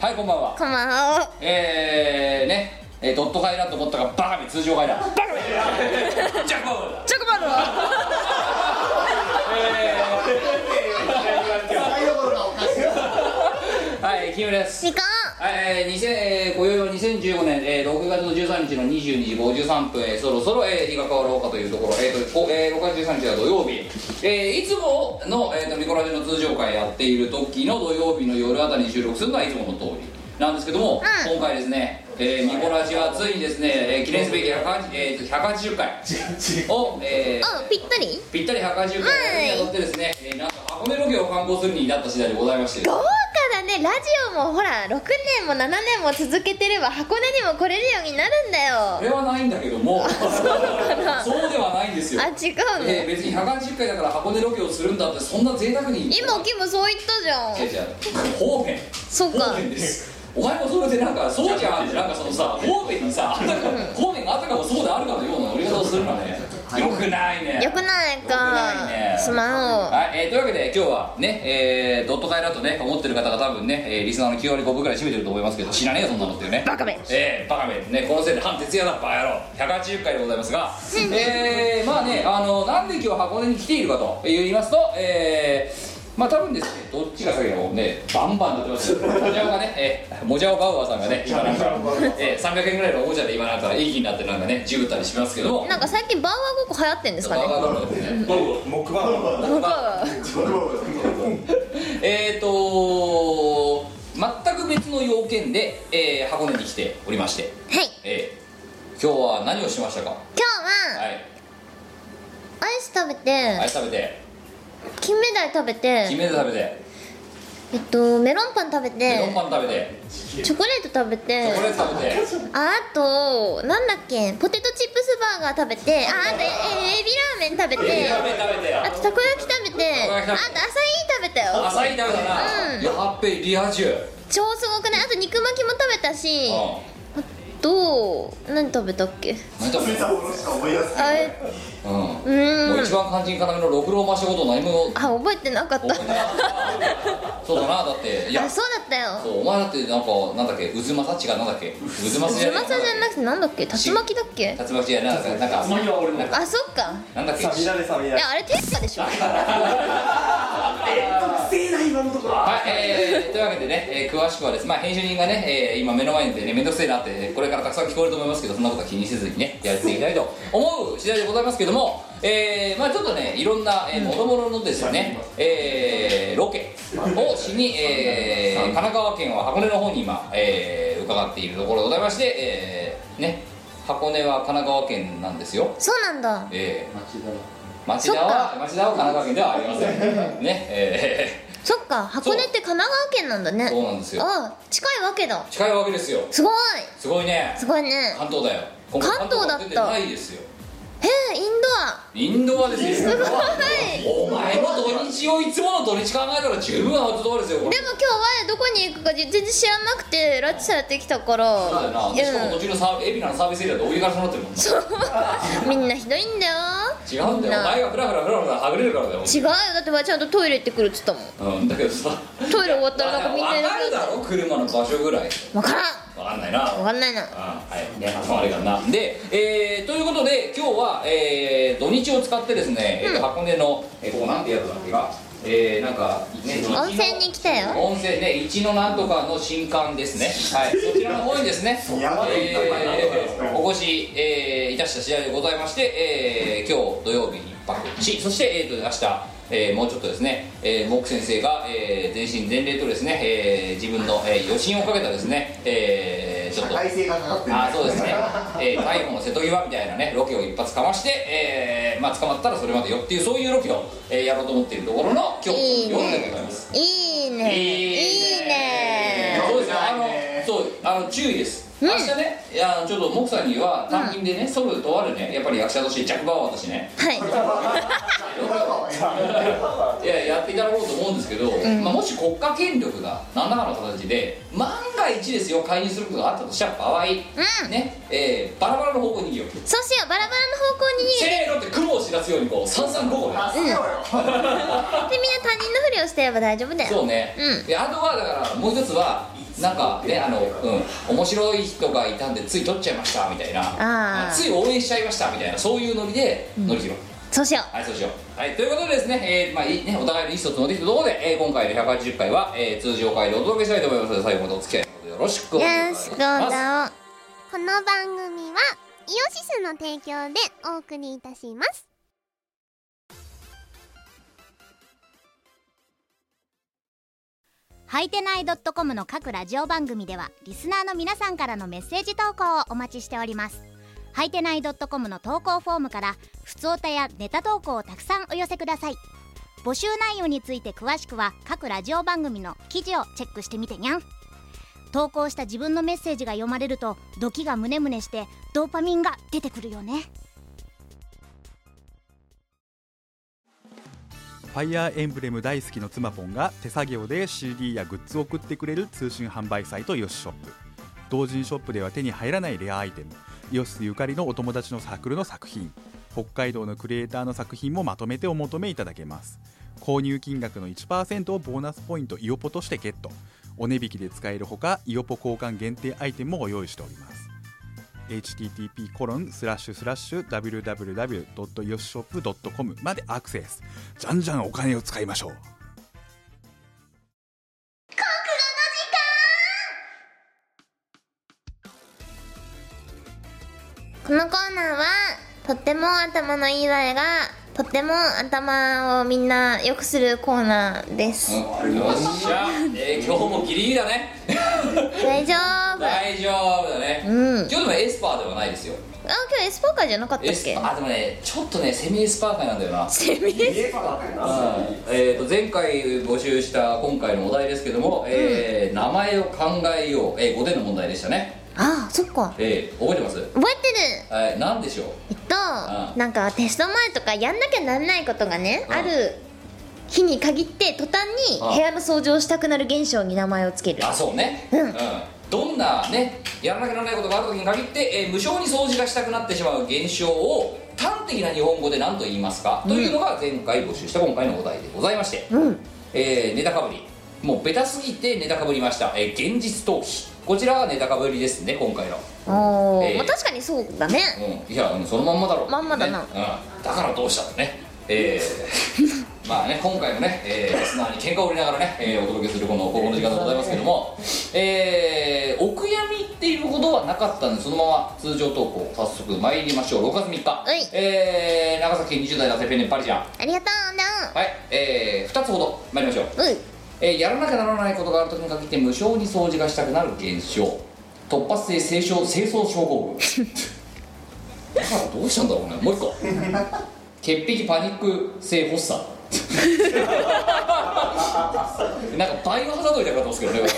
はいこんばんはこんばんはえー、ねえードット買いだと思ったがバカめ通常買いだバカめジャックボールだチョコバルは台所がおかしい はいキムですみかはいえー、2000えー、今宵は2015年、えー、6月の13日の22時53分、えー、そろそろ、えー、日が変わろうかというところ、えーとこえー、6月13日は土曜日、えー、いつもの、えーと、ミコラジの通常会やっている時の土曜日の夜あたりに収録するのはいつもの通りなんですけども、うん今回ですね、えー、ミコラジはついにですね、えー、記念すべき180、えー、180回を、えーあぴったりぴったり180回にあたってですね、えー、なんと箱根ロケを観光するに至った次第でございまして豪華だねラジオもほら6年も7年も続けてれば箱根にも来れるようになるんだよそれはないんだけどもなそうではないんですよあ違うの、えー別に180回だから箱根ロケをするんだってそんな贅沢に今キムそう言ったじゃん違う違う方便そうか方便ですお前もそれでなんかそうじゃんってなんかそのさ方便にさあたかも方便があたかもそうであるかのような乗り方をするからねよくないねよくないよくなかいねスマホはい、えーというわけで今日はね、えードット会だとね思ってる方が多分ね、えーリスナーの9割5分ぐらい占めてると思いますけど知らねえよそんなのっていうねバカめえー、バカめねこのせいで半徹夜だバカ野郎180回でございますがえー、まあねあのなんで今日箱根に来ているかと言いますとえーまあ多分ですね、どっちが先だろうね、バンバンなってますよ。もじゃおがね、えー、もじゃおバウアーさんがね、今 なんか、えー、300円ぐらいのおもちゃで今なんか、駅になってなんかね、じぐったりしますけども、なんか最近バウアーごっこ流行ってんですかねバウアーさんですね木馬のバウアーえーと全く別の要件で、えー箱根に来ておりまして、はいえー今日は何をしましたかは今日は、アイス食べいアイてス食べて金目鯛食べ金て目鯛食べてえっとメロンパン食べメロンてパン食べてチョコレート食べチてョコレート食べてああとなんだっけポテトチップスバーガー食べてああとええエビラーメン食べエビてラーメン食べてあとたこ焼き食べてたこ焼あときアサイー食べて食べたよアサイー食べたな、うやんっべリア充うん超すごくないあと肉巻きも食べたしどう何食べたっけ何食べたものしか思い出せあないれうんもううー一ん番肝心要のろくろを回したことを何もあ覚えてなかった覚 えてなかったそうだなだっていやあそうだったよそうお前だってなんかなんだっけうずまさ違うなんだっけうずまさじゃうなまいさじゃなくてなんだっけ竜巻だっけ竜巻じゃないなんかなんか次は俺のなんかあそっかなんだっけさあ乱れさ乱いれやあれ天下でしょはい、えー、というわけでね、えー詳しくはですまあ編集人がね、えー今目の前にいてね面倒くせえなってこれからたくさん聞こえると思いますけどそんなことは気にせずにねやっていきたいと思う次第でございますけどもえー、まあちょっとねいろんな、えー、もろもろのですよね、えー、ロケをしに、えー神奈川県は箱根の方に今、えー伺っているところでございまして、えーね箱根は神奈川県なんですよそうなんだえー、町田は町田は神奈川県ではありませんねえそっか箱根って神奈川県なんだー、そうねなんですよあ近いわけだ近いわけですよすごいすごいねすごいね関東だよ今関東だった関出てないですよへえインインドアですよドアすごいお前も土日をいつもの土日考えたら十分アウトドアですよこれでも今日はどこに行くか全然知らなくて拉致されてきたからそうだよな、うんしかも途中のサービ海老名のサービスエリアでお湯からそうなってるもんな みんなひどいんだよ違うんだよお前がフラフラフラフラはぐれるからだよ、違うよだってばあちゃんとトイレ行ってくるっつったもんうん、だけどさトイレ終わったらなんかみんな分いなかるだろ車の場所ぐらい分からん分かんないな分かんないなあはいねまああれかなで、えー、ということで今日は、えー、土日を使ってですね、えーと箱根の、えーここなんてやつだっけかえー、なんか、ね、温泉に来たよ温泉ね一のなんとかの新館ですねはい そちらの方にですねやばいえーお越し、えーいたした次第でございまして、えー今日土曜日に一泊しそして、えーと明日えーもうちょっとですね、えー、モーク先生が、えー全身全霊とですね、えー自分の、えー、予診をかけたですね、えーちょっと体勢がかかってるあーそうですね、えー、逮捕の瀬戸際みたいなねロケを一発かまして、えーまあ、捕まったらそれまでよっていうそういうロケを、えーやろうと思っているところの今い日いの夜でございねますいいねいいねそうですよあいいねのそうあの注意ですうん明日ねいやちょっとモクさんには単品でねソロで問われるねやっぱり役者としてジャック・バウアーとしてねはいいややっていただこうと思うんですけど、んまあ、もし国家権力が何らかの形で万が一ですよ介入することがあったとした場合、うんねえーバラバラの方向に逃げようそうしようバラバラのせーの方向に逃げてって雲を知らすようにこう三三五五あそうよでみんな他人のふりをしてれば大丈夫だよそうね、うんであとはだからもう一つはなんかねあの、うん、面白い人がいたんでつい撮っちゃいましたみたいあなーつい応援しちゃいましたみたいなそういうノリで乗り切ろう、そうしよはい、そうしよう。はい、ということでですね、えーまあいいね、お互いの意思疎通のできたところで、えー今回の180回は、えー通常回でお届けしたいと思いますので、最後までお付き合いのほどよろしくうおよ願いいろたししくおます。願いこの番組はイオシスの提供でお送りいたしますはいてない .com の各ラジオ番組ではリスナーの皆さんからのメッセージ投稿をお待ちしておりますはいてない .com の投稿フォームからふつおたやネタ投稿をたくさんお寄せください募集内容について詳しくは各ラジオ番組の記事をチェックしてみてにゃん投稿した自分のメッセージが読まれるとドキがムネムネしてドーパミンが出てくるよねファイアーエンブレム大好きの妻ポンが手作業で CD やグッズを送ってくれる通信販売サイトイオシショップ同人ショップでは手に入らないレアアイテムイオシスゆかりのお友達のサークルの作品北海道のクリエイターの作品もまとめてお求めいただけます購入金額の1%をボーナスポイントイオポとしてゲットお値引きで使えるほかイオポ交換限定アイテムもご用意しております http コロンスラッシュスラッシュ www.yoshop.com までアクセスじゃんじゃんお金を使いましょうこのコーナーはとっても頭のいい我がとっても頭をみんな良くするコーナーです、うんよっしゃ、えー、今日もギリギリだね。 大丈夫大丈夫だね。うんあ今日でもエスパーではないですよ。今日エスパー会じゃなかったエっスけパー、あ、でもね、ちょっとね、セミエスパー会なんだよな。セミ見えばわかるなえー、と前回募集した今回のお題ですけども、えー名前を考えよう、えー、5点の問題でしたね、あそっかえー、覚えてます覚えてるはい、何でしょうえっとあなんかテスト前とかやんなきゃなんないことがねあある日に限って途端にあ部屋の掃除をしたくなる現象に名前をつけるあそうねうん、どんなねやらなきゃならないことがある時に限って、えー無償に掃除がしたくなってしまう現象を端的な日本語で何と言いますか、というのが前回募集した今回のお題でございまして、うんえーネタかぶりもうベタすぎてネタかぶりました、えー現実逃避こちらがネタかぶりですね今回のおーえーまあ確かにそうだねうん、いやうんそのまんまだろうまんまだなねうん、だからどうしたってねえー まあね今回もね、えー、リスナーに喧嘩を売りながらね、えーお届けするこの高校の時間でございますけども、えーお悔やみっていうことはなかったんでそのまま通常投稿早速参りましょう6月3日、はいえー長崎県20代男性ペンネームパリちゃんは、ありがとうないえ2つほど参りましょううんえーやらなきゃならないことがあるときに限って無償に掃除がしたくなる現象突発性清掃清掃症候群 だからどうしたんだろうねもう一個潔癖パニック性発作 なんかバイオハザードみたいなことですけどね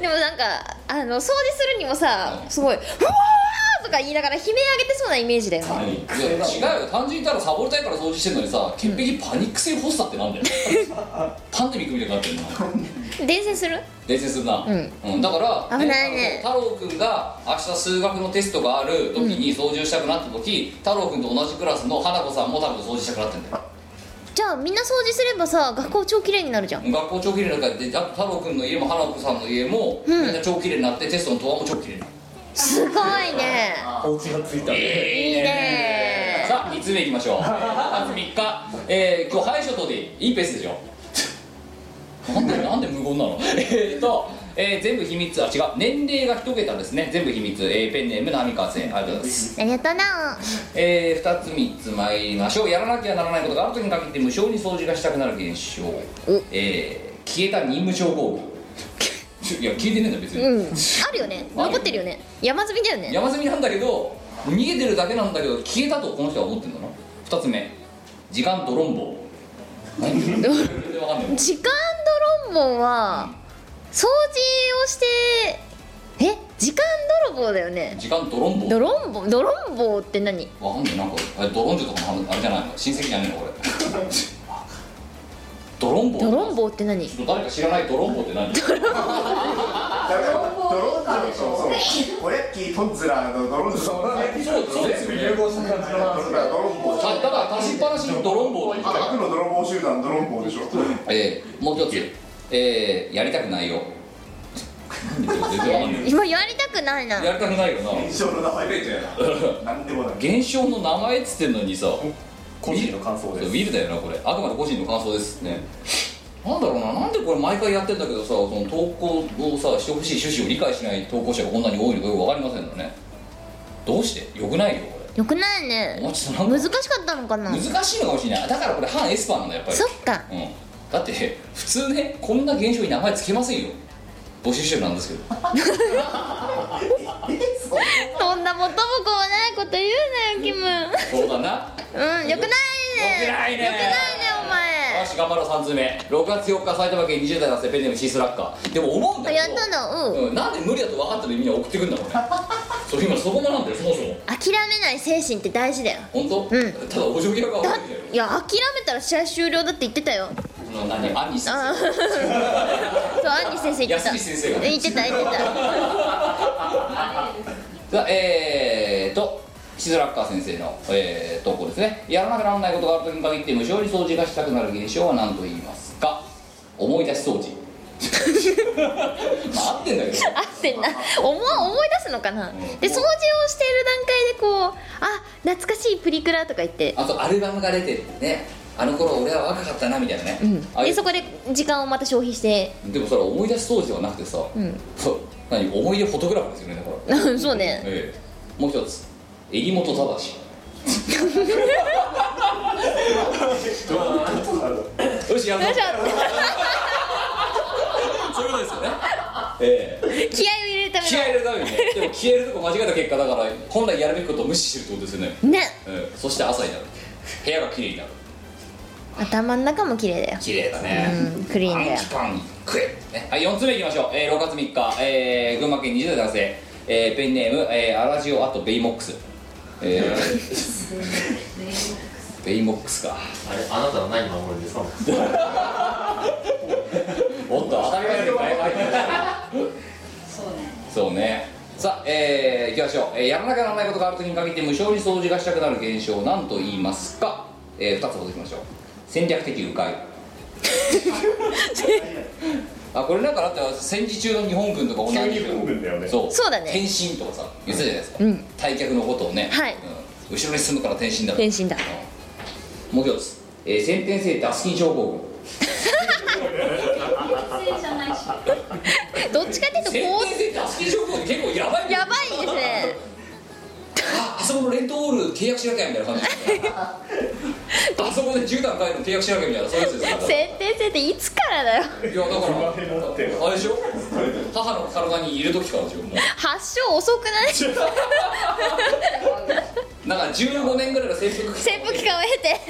でもなんかあの掃除するにもさすごい「うわー!」とか言いながら悲鳴上げてそうなイメージだよねいや違うよ単純にただサボりたいから掃除してるのにさ潔癖パニック性発作ってなんだよパンデミックみたいになってるの伝染する伝説するな、うんだから、危ないね太郎君が明日数学のテストがある時に掃除をしたくなった時、太郎君と同じクラスの花子さんも多分掃除したくなってんだよじゃあみんな掃除すればさ学校超綺麗になるじゃん学校長きれいになるからであと太郎君の家も花子さんの家も、みんな超きれいになってテストの答案も超きれいになるすごいねお家がついたいいいねさあ3つ目いきましょうあと3日、えー、今日ハイショットでいいペースでしょなんでなんで無言なのえーっと、えー全部秘密あ違う年齢が一桁ですね全部秘密、えーペンネーム浪川先生ありがとうございますありがとうなえー、2つ3つ参りましょうやらなきゃならないことがあるときに限って無償に掃除がしたくなる現象えー、消えた任務症候群 いや消えてねえんだ別に、うんあるよね残ってるよね山積みだよね山積みなんだけど逃げてるだけなんだけど消えたとこの人は思ってるんだな2つ目時間ドロン ボ何全然わかんない時間泥棒は掃除をしてえ時間泥棒だよね時間ドロンボ泥棒泥棒って何わかんないなんかあれドロンジョとかのあれじゃないの親戚じゃねえの これドロンボ泥棒って何ちょっと誰か知らないドロンボって 何ドロンズでしょそうおやっきートンズラーのドロンズそうそうそうですよねドロンボただから出しっぱなしのドロンボーだよ悪の泥棒集団ドロンボでしょええもう一つえーやりたくないよ全然わかんない今やりたくないなやりたくないよな印象の名前でなんでもない現象の名前っつってんのにさ個人の感想ですウィルだよなこれあくまで個人の感想ですねなんだろうななんでこれ毎回やってんだけどさその投稿をさしてほしい趣旨を理解しない投稿者がこんなに多いのかよく分かりませんよねどうしてよくないよこよくなれいねもうちょっとな難んしかかったのかな難しいのかもしれないだからこれ反エスパーなんだやっぱりそっかうん、だって普通ねこんな現象に名前つけませんよ募集してるなんですけどそんな元も子もないこと言うなよキムそうだな うんよくないねよくないねよくないねおよ前し頑張ろう3通目6月4日埼玉県20代男性ペンネームシースラッカーでも思うんだけどやったのうんうん、なんで無理だと分かったのにみんな送ってくんだろうね そう今そこもなんだよそもそも諦めない精神って大事だよ本当、うんただお嬢際が悪いんだだよいや諦めたら試合終了だって言ってたよその何アニスあーそうアンニ先生言ってた安井先生が言ってた言ってたさあえーとシズラッカー先生の、えー投稿ですねやらなくならないことがあるときに限って無償に掃除がしたくなる現象は何と言いますか思い出し掃除 まあ合ってんだけどあってんな思わ思い出すのかなで掃除をしている段階でこうあ懐かしいプリクラとか言ってあとアルバムが出てるんでねあの頃俺は若かったなみたいなね、うんあれでそこで時間をまた消費して でもそれは思い出し掃除ではなくてさ、んそう何思い出フォトグラフですよねだからうんそうねええもう一つ襟元正よしやったよいしそういうことですよねええょ気合を入れるた消えめるため にねでも消えるとこ間違えた結果だから本来やるべきことを無視してるってことですよね、のねええそして朝になる部屋が綺麗になる頭の中も綺麗だよ綺麗だね、うんクリーンだよアンチパン食え、ね、はい4つ目いきましょう、えー、6月3日、えー、群馬県20代男性、えー、ペンネーム、えー、アラジオあとベイモックス、えー、ベイモックスかあれあなたは何守るんですかおっと当たり前よりだいぶ入ってそうねそうねさあ、えー、いきましょう、えー、やらなきゃならないことがあるときに限って無償に掃除がしたくなる現象なんと言いますか、えー、2つほどいきましょう戦略的迂 回あこれなんかだって戦時中の日本軍とか同じ急に本軍だよねそうそうだね転身とかさ言ってたじゃないですか、うん退却のことをね、はいうん後ろに進むから転身だ天心だもう一つ、えー、先天性ダスキン症候群どっちかっていうと先こ天性ダスキン症候群って結構やばいうやばいですねああそこのレッドオール契約しなきゃみたいな感じあそこで絨毯買えるの契約しなきゃみたいなそういうやつですよだか設定設定いつからだよらいやだから生まれなってあれでしょ母の体にいる時からでしょも発症遅くないうだから15年ぐらいの潜伏潜伏期間を経て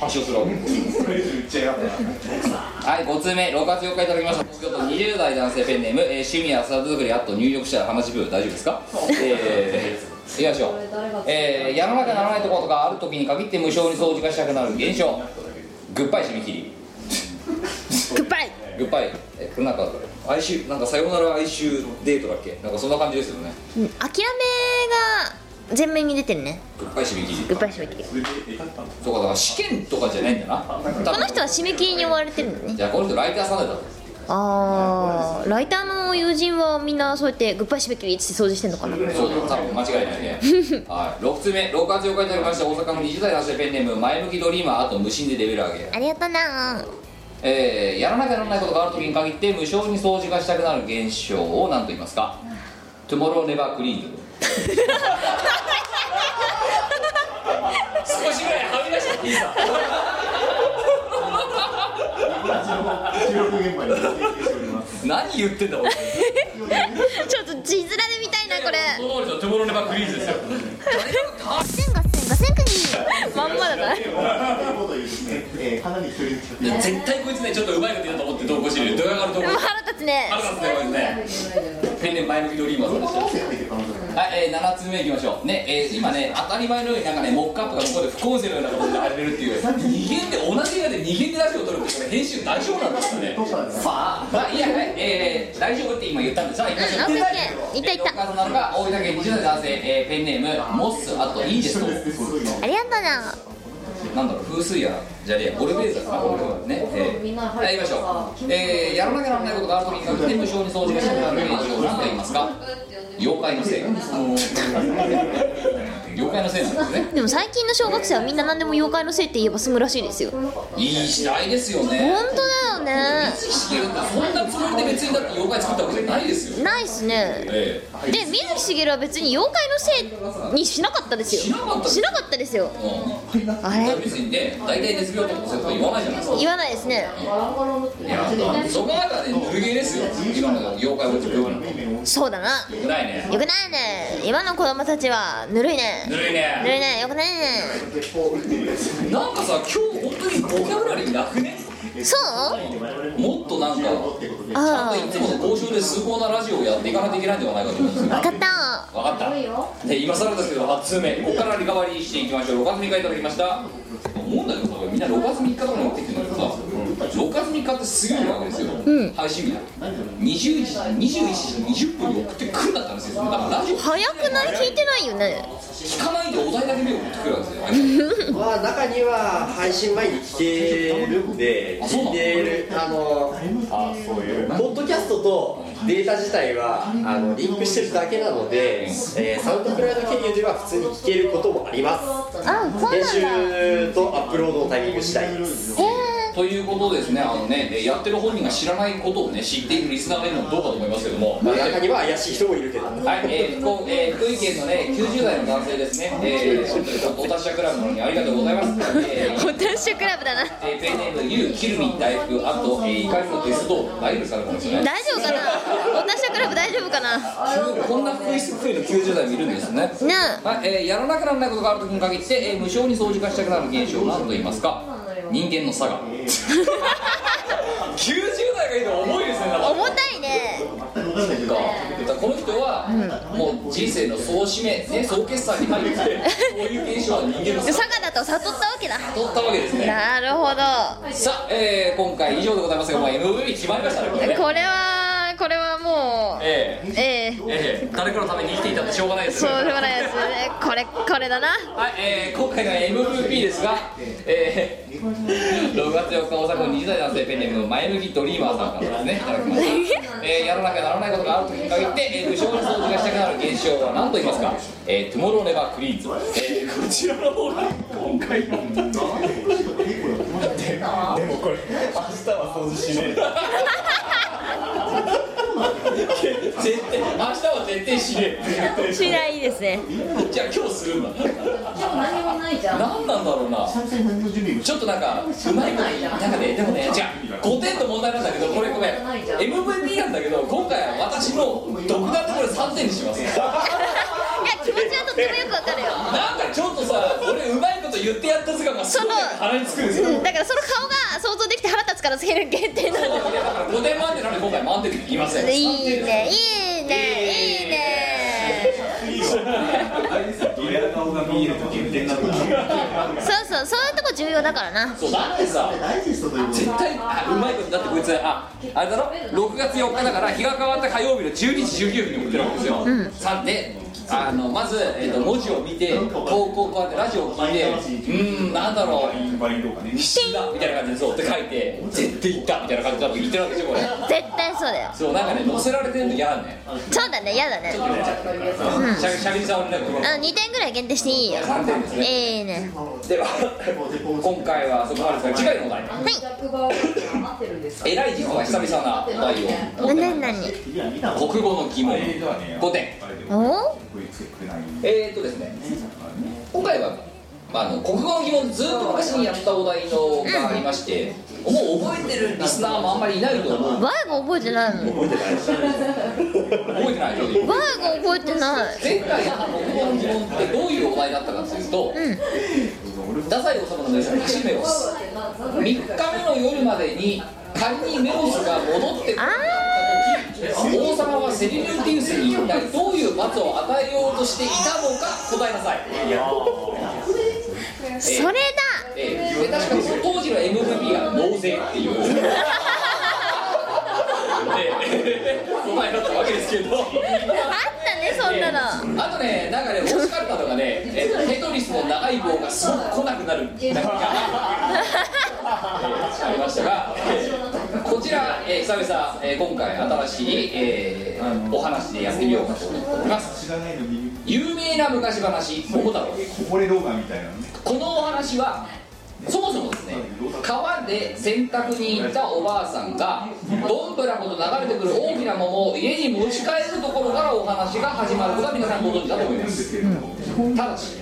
発症するわけそれ以上言っちゃいやがったなはい、5通目、6月4日いただきました、東京都20代男性ペンネーム、えー趣味やサブ作り、あと入力したら話し部、大丈夫ですか、えー、いきましょう、えー、やらなきゃならないところとかあるときに限って無償に掃除がしたくなる現象、グッバイ締め切り、グッバイグッバイ、えこれなんか、哀愁、なんかさよなら哀愁デートだっけ、なんかそんな感じですよね、うん諦めが前面に出てるねグッバイ締め切り、グッバイ締め切りそうか、だから試験とかじゃないんだな、この人は締め切りに追われてるのねじゃあ、この人、ライターさんだったんです。あーライターの友人はみんなそうやってグッバイ締め切りって掃除してんのかなそうだ多分間違いない ねはい6つ目6月8日いただきました大阪の20代男性ペンネーム前向きドリーマーあと無心でレベル上げありがとうなえー、やらなきゃならないことがあるときに限って無償に掃除がしたくなる現象を何と言いますかトゥモローネバークリー ン少しぐらいはみ出していいさ収録現場に提携しております何言ってんだ俺ちょっと字面で見たいなこれその通りのトゥモローネバークリーンですよ千五千五千国まん まだなということでですね、えー、かなり距離近く絶対こいつねちょっとうまいこと言うと思って投稿してるドヤ顔で投稿してる腹立つね腹立つねこいつねペンネーム前向きドリーマーさんでしたはい、えー、7つ目いきましょうね、えー今ね当たり前のようになんかねモックアップが向こうで不公正のようなことで流れるっていう二限で同じ映画で二限でラジオを撮るってこれ編集大丈夫なんですかねどうしたんですかああいやはいえー、大丈夫って今言ったんですさあ行きましょううんオッケーオッケーいったいった6月7日大分県20代男性、えーペンネームモッスあといいですとありがとうななんだろう風水やらじゃねえやゴルベーザーかなゴルベーザーねえーはい行きましょうえーやらなきゃならないことがあるときに確定無償に掃除がしたくなる現象を何と言いますか妖怪のせい妖怪のせいなんですねでも最近の小学生はみんな何でも妖怪のせいって言えば済むらしいですよ本いい時代ですよ当ねだよねそんなつもりで別にだって妖怪作ったわけじゃないですよないっすねええで水木しげるは別に妖怪のせいにしなかったですよしなかったしなかったですようんあれ別にね大体熱病とか骨折とか言わないじゃないですか言わないですねいやそこまではねぬるゲーですよ今の妖怪を作るようなのよそうだなくないねよくないね今の子供たちはぬるいねぬるいぬるいねねよくないねなんかさ今日本当にボキャブラリーなくねそうもっとなんかちゃんあといつもの交渉で崇高なラジオをやっていかないといけないんではないかと思うんですよあ分かった分かったで今更ですけど8通目ここからリカバリーしていきましょう6月3日いただきました思うんだけどさみんな6月3日とかに持ってきてるのにさ6月3日ってすぐなわけですよ、配信日だ20時21時20分に送ってくるんだったんですよだからラジオ早くない聞いてないよね聞かないでお題だけ目を送ってくるわけですよまあ中には配信前に聞けるんであそうな聞のいてるあのあそういうポッドキャストとデータ自体はあのリンクしてるだけなので、えーサウンドクラウド経由では普通に聞けることもありますあそう編なんだへ集とアップロードのタイミング次第ですえということですねあのねでやってる本人が知らないことをね知っているリスナーがいるのもどうかと思いますけどもまあ中には怪しい人もいるけどはい、えー福岡えー福井県のね90代の男性ですね、えー、本当にお達者クラブのにありがとうございます、えーポテンシャクラブだなえーペンネームユーキルミン大福あと、えー、怒りのデスドール大丈夫ですかねこの人ね大丈夫かなポテンシャクラブ大丈夫かなねこんな福井福井の90代もいるんですねはい、えーやらなくならないことがあるときに限って、えー無償に掃除化したくなる現象を何と言いますか人間の差が 90代がいるの重いですねだえ重たいねだからこの人は、もう人生の総締め、ね、総決算に入ってこういう現象は人間の差佐賀だと悟ったわけだ取ったわけですねなるほどさあ、えー今回以上でございますが、まあ、MVP 決まりましたねこれねこれはこれはもうええええええ誰かのために生きていたってしょうがないですそうねでもないですねこれこれだなはい、えー、今回の MVP ですが、えー、6月4日大阪の20代男性ペンネームの前向きドリーマーさんからですねいただきました、えー、やらなきゃならないことがあるときに限って、えー、無償に掃除がしたくなる現象は何と言いますか、えー、トゥモローネバークリーンズ、えー、こちらの方が今回のでもこれ明日は掃除しねえ 絶対明日は絶対しねしないですねえじゃあ今日するんだ何もないじゃん。何なんだろうなちょっとなんかうまいこと言いなんかねでもねじゃあ5点の問題なんだけどこれごめん MVP なんだけど今回は私の独断でこれ3点にしますいや気持ちはとってもよくわかるよなんかちょっとさ俺うまいこと言ってやった図鑑がすごい鼻につくんですようんだからその顔が想像できて腹立つからつける限定なんだよだから5点満点なので今回満点で言いませんいいねいいねいいねそうそうそういうとこ重要だからなそうだってさ絶対あうまいことだってこいつああれだろ6月4日だから日が変わった火曜日の12時19分に送ってるわけですよ、さであのまず、えっと文字を見て投稿こうやってラジオを聞いてうーんなんだろう必死だみたいな感じでそうって書いて絶対行ったみたいな感じだと言ってるわけでしょこれ絶対そうだよそうなんかね載せられてるの嫌だねそうだね嫌だねしゃしゃべりさんねこれあの2点ぐらい限定していいよ3点ですねいいねでは今回はそこまでですが次回のお題役場を待ってるんですか。偉い人が久々なお題をなになに国語の疑問5点おえー、っとですね今回は、まあ、あの国語の疑問ずっと昔にやったお題のがありまして、もう覚えてるリスナーもあんまりいないと思うわいが覚えてないの覚えわてないいが覚えてない前回の国語の疑問ってどういうお題だったかというと、太宰治のですね「メオス」3日目の夜までに仮にメオスが戻ってくるあ王様はセリヌンティウスに一体どういう罰を与えようとしていたのか答えなさいーそれだええで確かにその当時の MVP が納税っていうええ答えだったわけですけどあったねそんなのあとね、なんかね、惜しかったのがね、えっとテトリスの長い棒がすごく来なくくなるなんか邪魔えーありましたが、えーこちら、えー久々、えー今回新しい、えーお話でやってみようかと思います知らないのに有名な昔話「桃太郎」こぼれ動画みたいなのねこのお話はそもそもですね川で洗濯に行ったおばあさんがどんぶらこと流れてくる大きな桃を家に持ち帰るところからお話が始まることは皆さんご存知だと思いますただし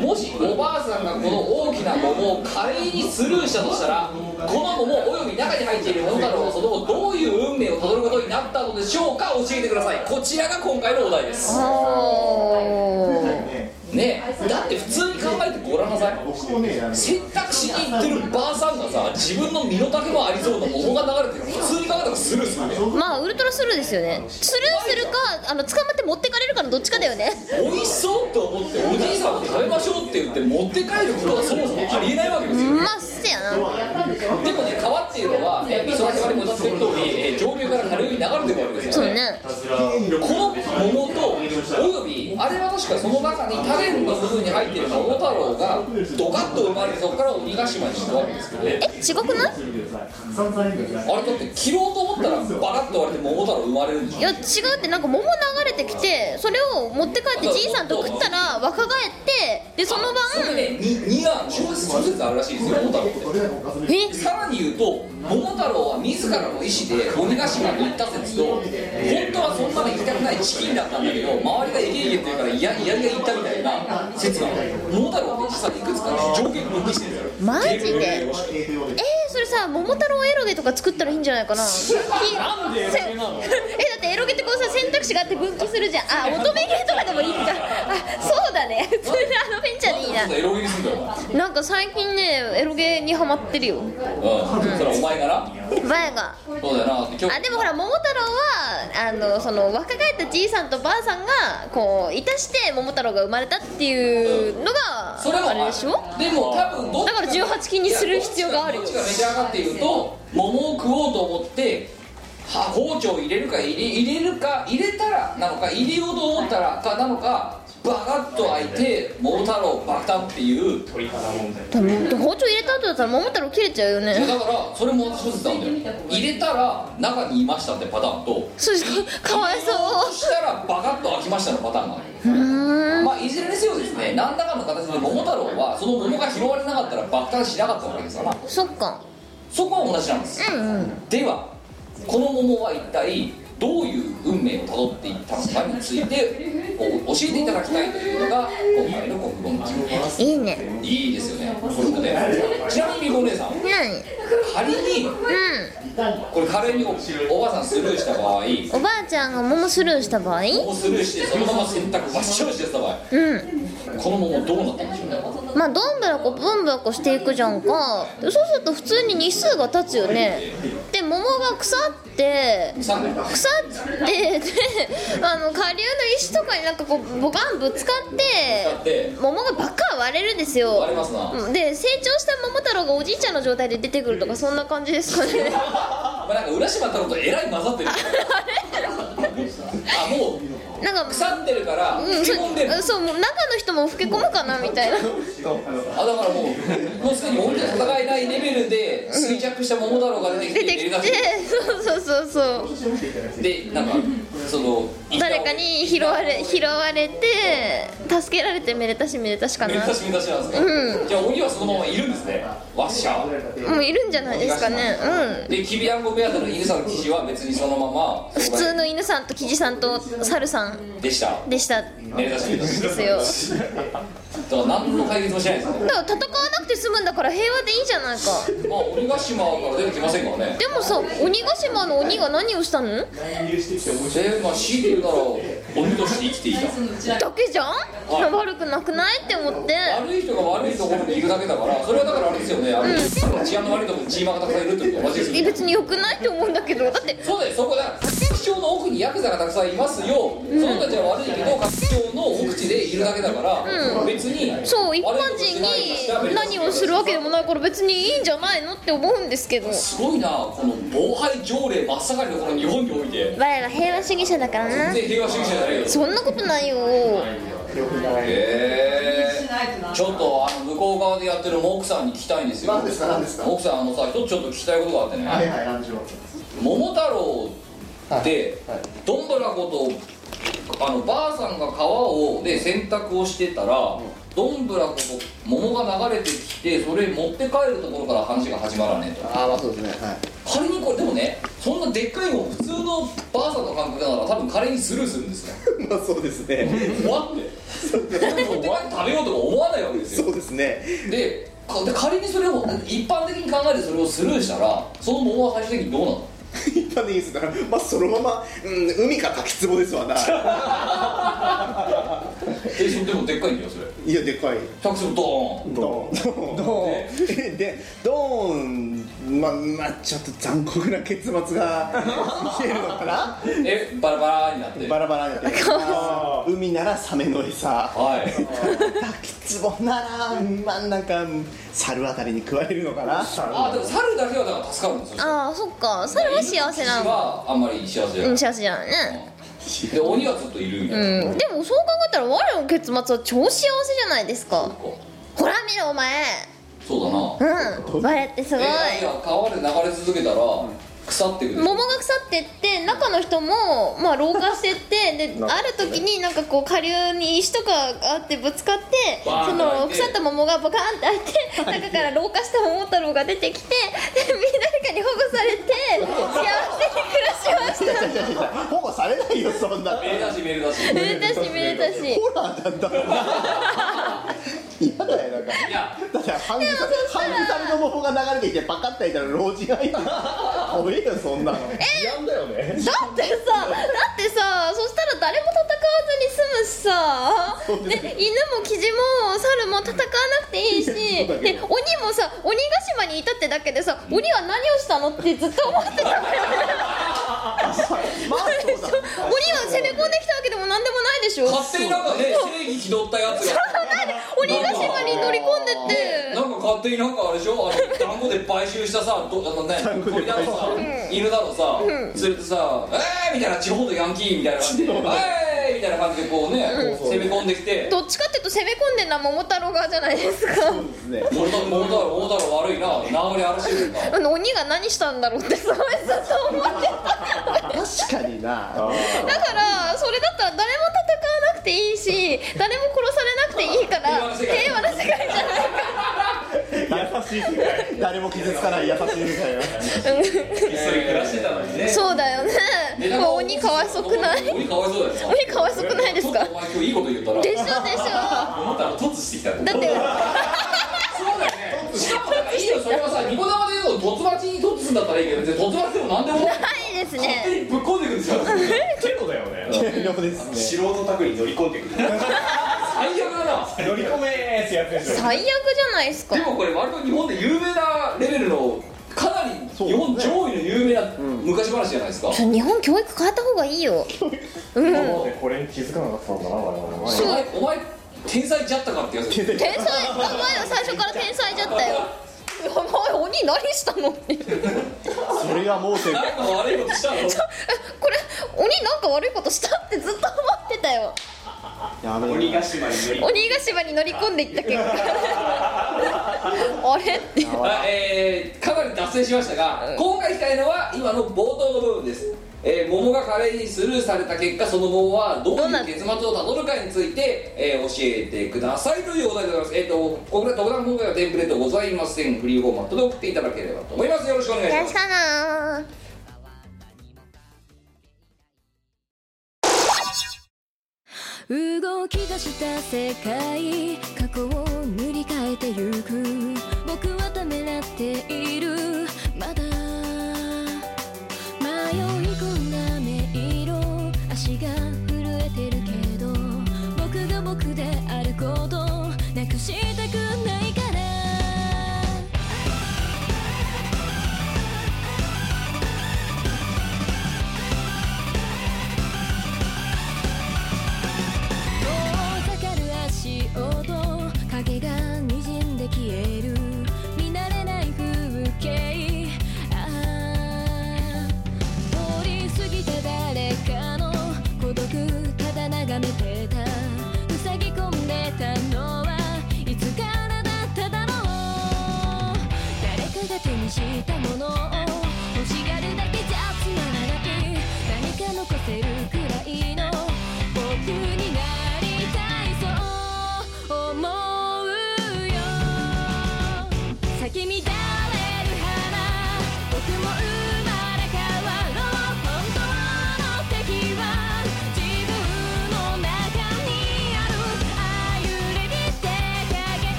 もしおばあさんがこの大きな桃を華麗にスルーしたとしたらこの桃および中に入っている桃太郎はその後どういう運命をたどることになったのでしょうか教えてくださいこちらが今回のお題ですおーねねえだって普通に考えてごらんなさい僕もねあの洗濯しに行ってるばあさんがさ自分の身の丈もありそうな桃が流れてる普通に考えたらスルーするねまあウルトラスルーですよねスルーするかあの捕まって持ってかれるかのどっちかだよね美味しそうって思っておじいさんと食べましょうって言って持って帰ることがそもそもありえないわけですよまあせやなでもね川っていうのはえ磯崎割りも言ってる通りえ上流から下流に流れてくるわけですそよねうねこの桃とおよびあれは確かその中にタレの部分に入ってる桃太郎がドカッと生まれてそこから鬼ヶ島にしたわけですけどねえ違くないあれだって切ろうと思ったらバラッと割れて桃太郎生まれるんでしょいや違うってなんか桃流れてきてそれを持って帰ってじいさんと食ったら若返ってでその晩それね、に2案小説小説あるらしいですよ桃太郎っえてさらに言うと桃太郎は自らの意思で鬼ヶ島に行った説と本当はそんなに行きたくないチキンだったんだけど周りがイケイケって言うから嫌嫌りが行ったみたいな説がある桃太郎って実はいくつか条件分岐してるんですよマジで英語えー、でそれさ桃太郎エロゲとか作ったらいいんじゃないかななんでエロゲなのえだってエロゲってこうさ選択肢があって分岐するじゃんあ乙女ゲとかでもいいんだあそうだね普 通にアドベンチャーでいいなんでそんなエロゲにすんだよななんか最近ねエロゲにハマってるよお前うんそれはお前かなバヤがそうだよな今あ日でもほら桃太郎はあのその若返ったじいさんとばあさんがこういたして桃太郎が生まれたっていうのがそれもあれでしょでも多分どっちだから18禁にする必要があるよどっちがメジャーかっていうと桃を食おうと思っては包丁を入れるか入れ入れるか入れたらなのか入れようと思ったらかなのかバカッと開いて桃太郎爆弾っていうい多分包丁入れた後だったら桃太郎切れちゃうよやねだからそれも私小説なんだよ入れたら中にいましたってパターンとそうですかかわいそうしたらバカッと開きましたのパターンがあるまあ、いずれにせよですね何らかの形で桃太郎はその桃が拾われなかったら爆弾しなかったわけですからそっかそこは同じなんですうんうんではこの桃は一体どういう運命をたどっていったのかについてこう教えていただきたいというのが今回の国語の授業ですいいねいいですよねこれもねちなみにお姉さん何うん仮にこれ仮におばあさんスルーした場合おばあちゃんが桃スルーした場合桃スルーしてそのまま洗濯バッションしてた場合うんこの桃どうなったんでしょうねまあどんぶらこぶんぶらこしていくじゃんかそうすると普通に日数が経つよねで桃が腐って3年腐ってであの下流の石とかになんかこうボカンぶつかっってて桃がバカ割れるんですよ割れますなで成長した桃太郎がおじいちゃんの状態で出てくるとかそんな感じですかね まあなんか浦島太郎とえらい混ざってるあもうなんか腐ってるからうん、吹きそ込んでるうそうもう中の人も老け込むかなみ たいなあだからもうもうすでに鬼と戦えないレベルで衰弱した桃太郎が出てき出てて入れき出てそうそうそうそうしてでなんかその誰かに拾われ拾われて助けられてめでたしめでたしかめなでたしめでたしなんですか、うじゃあ鬼はそのままいるんですねわっしゃもういるんじゃないですかねうんできびだんご目当ての犬さんの記事は別にそのまま普通の犬さんとキジさんと猿さんでしたでしためでたしめでたしですよだから何の解決もしないですねだから戦わなくて済むんだから平和でいいじゃないかまあ鬼ヶ島から出てきませんからねでもさ鬼ヶ島の鬼が何をしたのだでまあ死んでるなら鬼として生きていたけじゃん悪くなくないって思って悪い人が悪いところにいるだけだからそれはだからあれですよねあの、治安の悪いところにチーマーがたくさんいるってことは同じですえよね別に良くないって思うんだけどだってそうだよそこだ白鳥の奥にヤクザがたくさんいますよ、その人たちは悪いけど白鳥の奥地でいるだけだから、別にそう一般悪いことしない人に何をするわけでもないから別にいいんじゃないのって思うんですけどすごいなこの防廃条例真っ盛りのこの日本において我は平和主義者だからな全然平和主義者じゃないよそんなことないよへえタイプなんだちょっとあの向こう側でやってるモクさんに聞きたいんですよ何ですか何ですかモクさんあのさ一つちょっと聞きたいことがあってね、はいはい何でしょう桃太郎って、はいはいどんぶらことあのばあさんが川をで洗濯をしてたら、どんぶらこと桃が流れてきてそれ持って帰るところから話が始まらねえとああまあそうですねはい仮にこれでもねそんなでっかいもん普通のばあさんの感覚なら多分仮にスルーするんですよ まあそうですね怖って持って帰って食べようとか思わないわけですよそうですねでかで仮にそれを一般的に考えてそれをスルーしたらその桃は最終的にどうなの一般的にですからまあそのまま、うん、海か滝壺ですわ ないえそれでもでっかいんだよそれやでかいタクシーもドーンドーンドーンでドーンまあまあちょっと残酷な結末が来てるのかなえバラバラになってバラバラになって海ならサメの餌はい滝壺ならまあなんか猿あたりに食われるのかなあでも猿だけはだから助かるんですよああそっか猿は幸せな犬のはあんまり幸せじゃうなんい幸せじゃないねで鬼はずっといるみたいな、うんでもそう考えたら我の結末は超幸せじゃないですかほら見ろお前そうだなうん我ってすごいえいや川で流れ続けたら腐ってくる桃が腐ってって中の人もまあ老化してって である時になんかこう下流に石とかがあってぶつかってバーンそのって開いて腐った桃がバカーンって開いて中から老化した桃太郎が出てきてでみんな中に保護されて 幸せに暮らしました違う違う違う保護されないよそんなめでたしめでたしめでたしめでたしでもホラーなんだ嫌だよなんかいやだって半グサ半グサルの桃が流れてきてパカッて開いたら老人入ってる怖えよそんなのだってさだってさそしたら誰も戦わずに済むしさで犬もキジも猿も戦わなくていいしでそうだ鬼けどもさ鬼ヶ島にいたってだけでさ鬼は何をしたのってずっと思ってたからまあでしょ鬼は攻め込んできたわけでも何でもないでしょ勝手になんかね正義気取ったやつが鬼ヶ島に乗り込んでってなんか勝手になんかあれでしょあの団子で買収したさどあのね鳥だろさ犬だろさ連れてさ「えー!」みたいな地方のヤンキーみたいな感じで「えー!」みたいな感じでこうねこう攻め込んできてどっちかっていうと攻め込んでんのは桃太郎側じゃないですかですね「桃太郎桃太郎桃太郎悪いな流れ荒らしてるんだ」あの鬼が何したんだろうってすごいずっと思ってた確かになだからそれだったら誰も戦わなくていいし誰も殺されなくていいから平平和な世界じゃない優しい世界誰も傷つかない優しい世界よ一緒に暮らしてたのにねそうだよねでなんこかれ鬼かわいそくない鬼かわいそうだよな鬼かわいそくないですかちょっとお前今日いいこと言ったらでしょでしょ桃太郎突してきたんだってそうだよねしかもなんかいいよそれはさニコ生で言うと突待ちに突すんだったらいいけど別に突待ちでも何でもないないです勝手ねにぶっこんでくるんです よ人軽量ですね宅に乗り込んでくる最悪だな乗り込めーってやつでしょ最悪じゃないですかでもこれ割と日本で有名なレベルのかなり日本上位の有名な昔話じゃないですか日本教育変えた方がいいようんこれに気づかなかったのかな我々はお前お前天才じゃったかってやつですよ天才お前は最初から天才じゃったよお前鬼何したのってそれが盲点なんか悪いことしたのこれ鬼なんか悪いことしたってずっと思ってたよやべえ鬼ヶ島に乗り込んで鬼ヶ島に乗り込んでいった結果あれってはいえー、かなり脱線しましたが、今回したいのは今の冒頭の部分です、えー、桃が華麗にスルーされた結果その後はどうどういなう結末をたどるかについて、えー教えてくださいというお題でございますえっ、とこれ特段今回はテンプレートございませんフリーフォーマットで送っていただければと思いますよろしくお願いしますかな動き出した世界過去を塗り替えてゆく僕はためらっているまだ迷い込んだ音色足が震えてるけど僕が僕であることなくしたくないから遠ざかる足音影が滲んで消える見慣れない風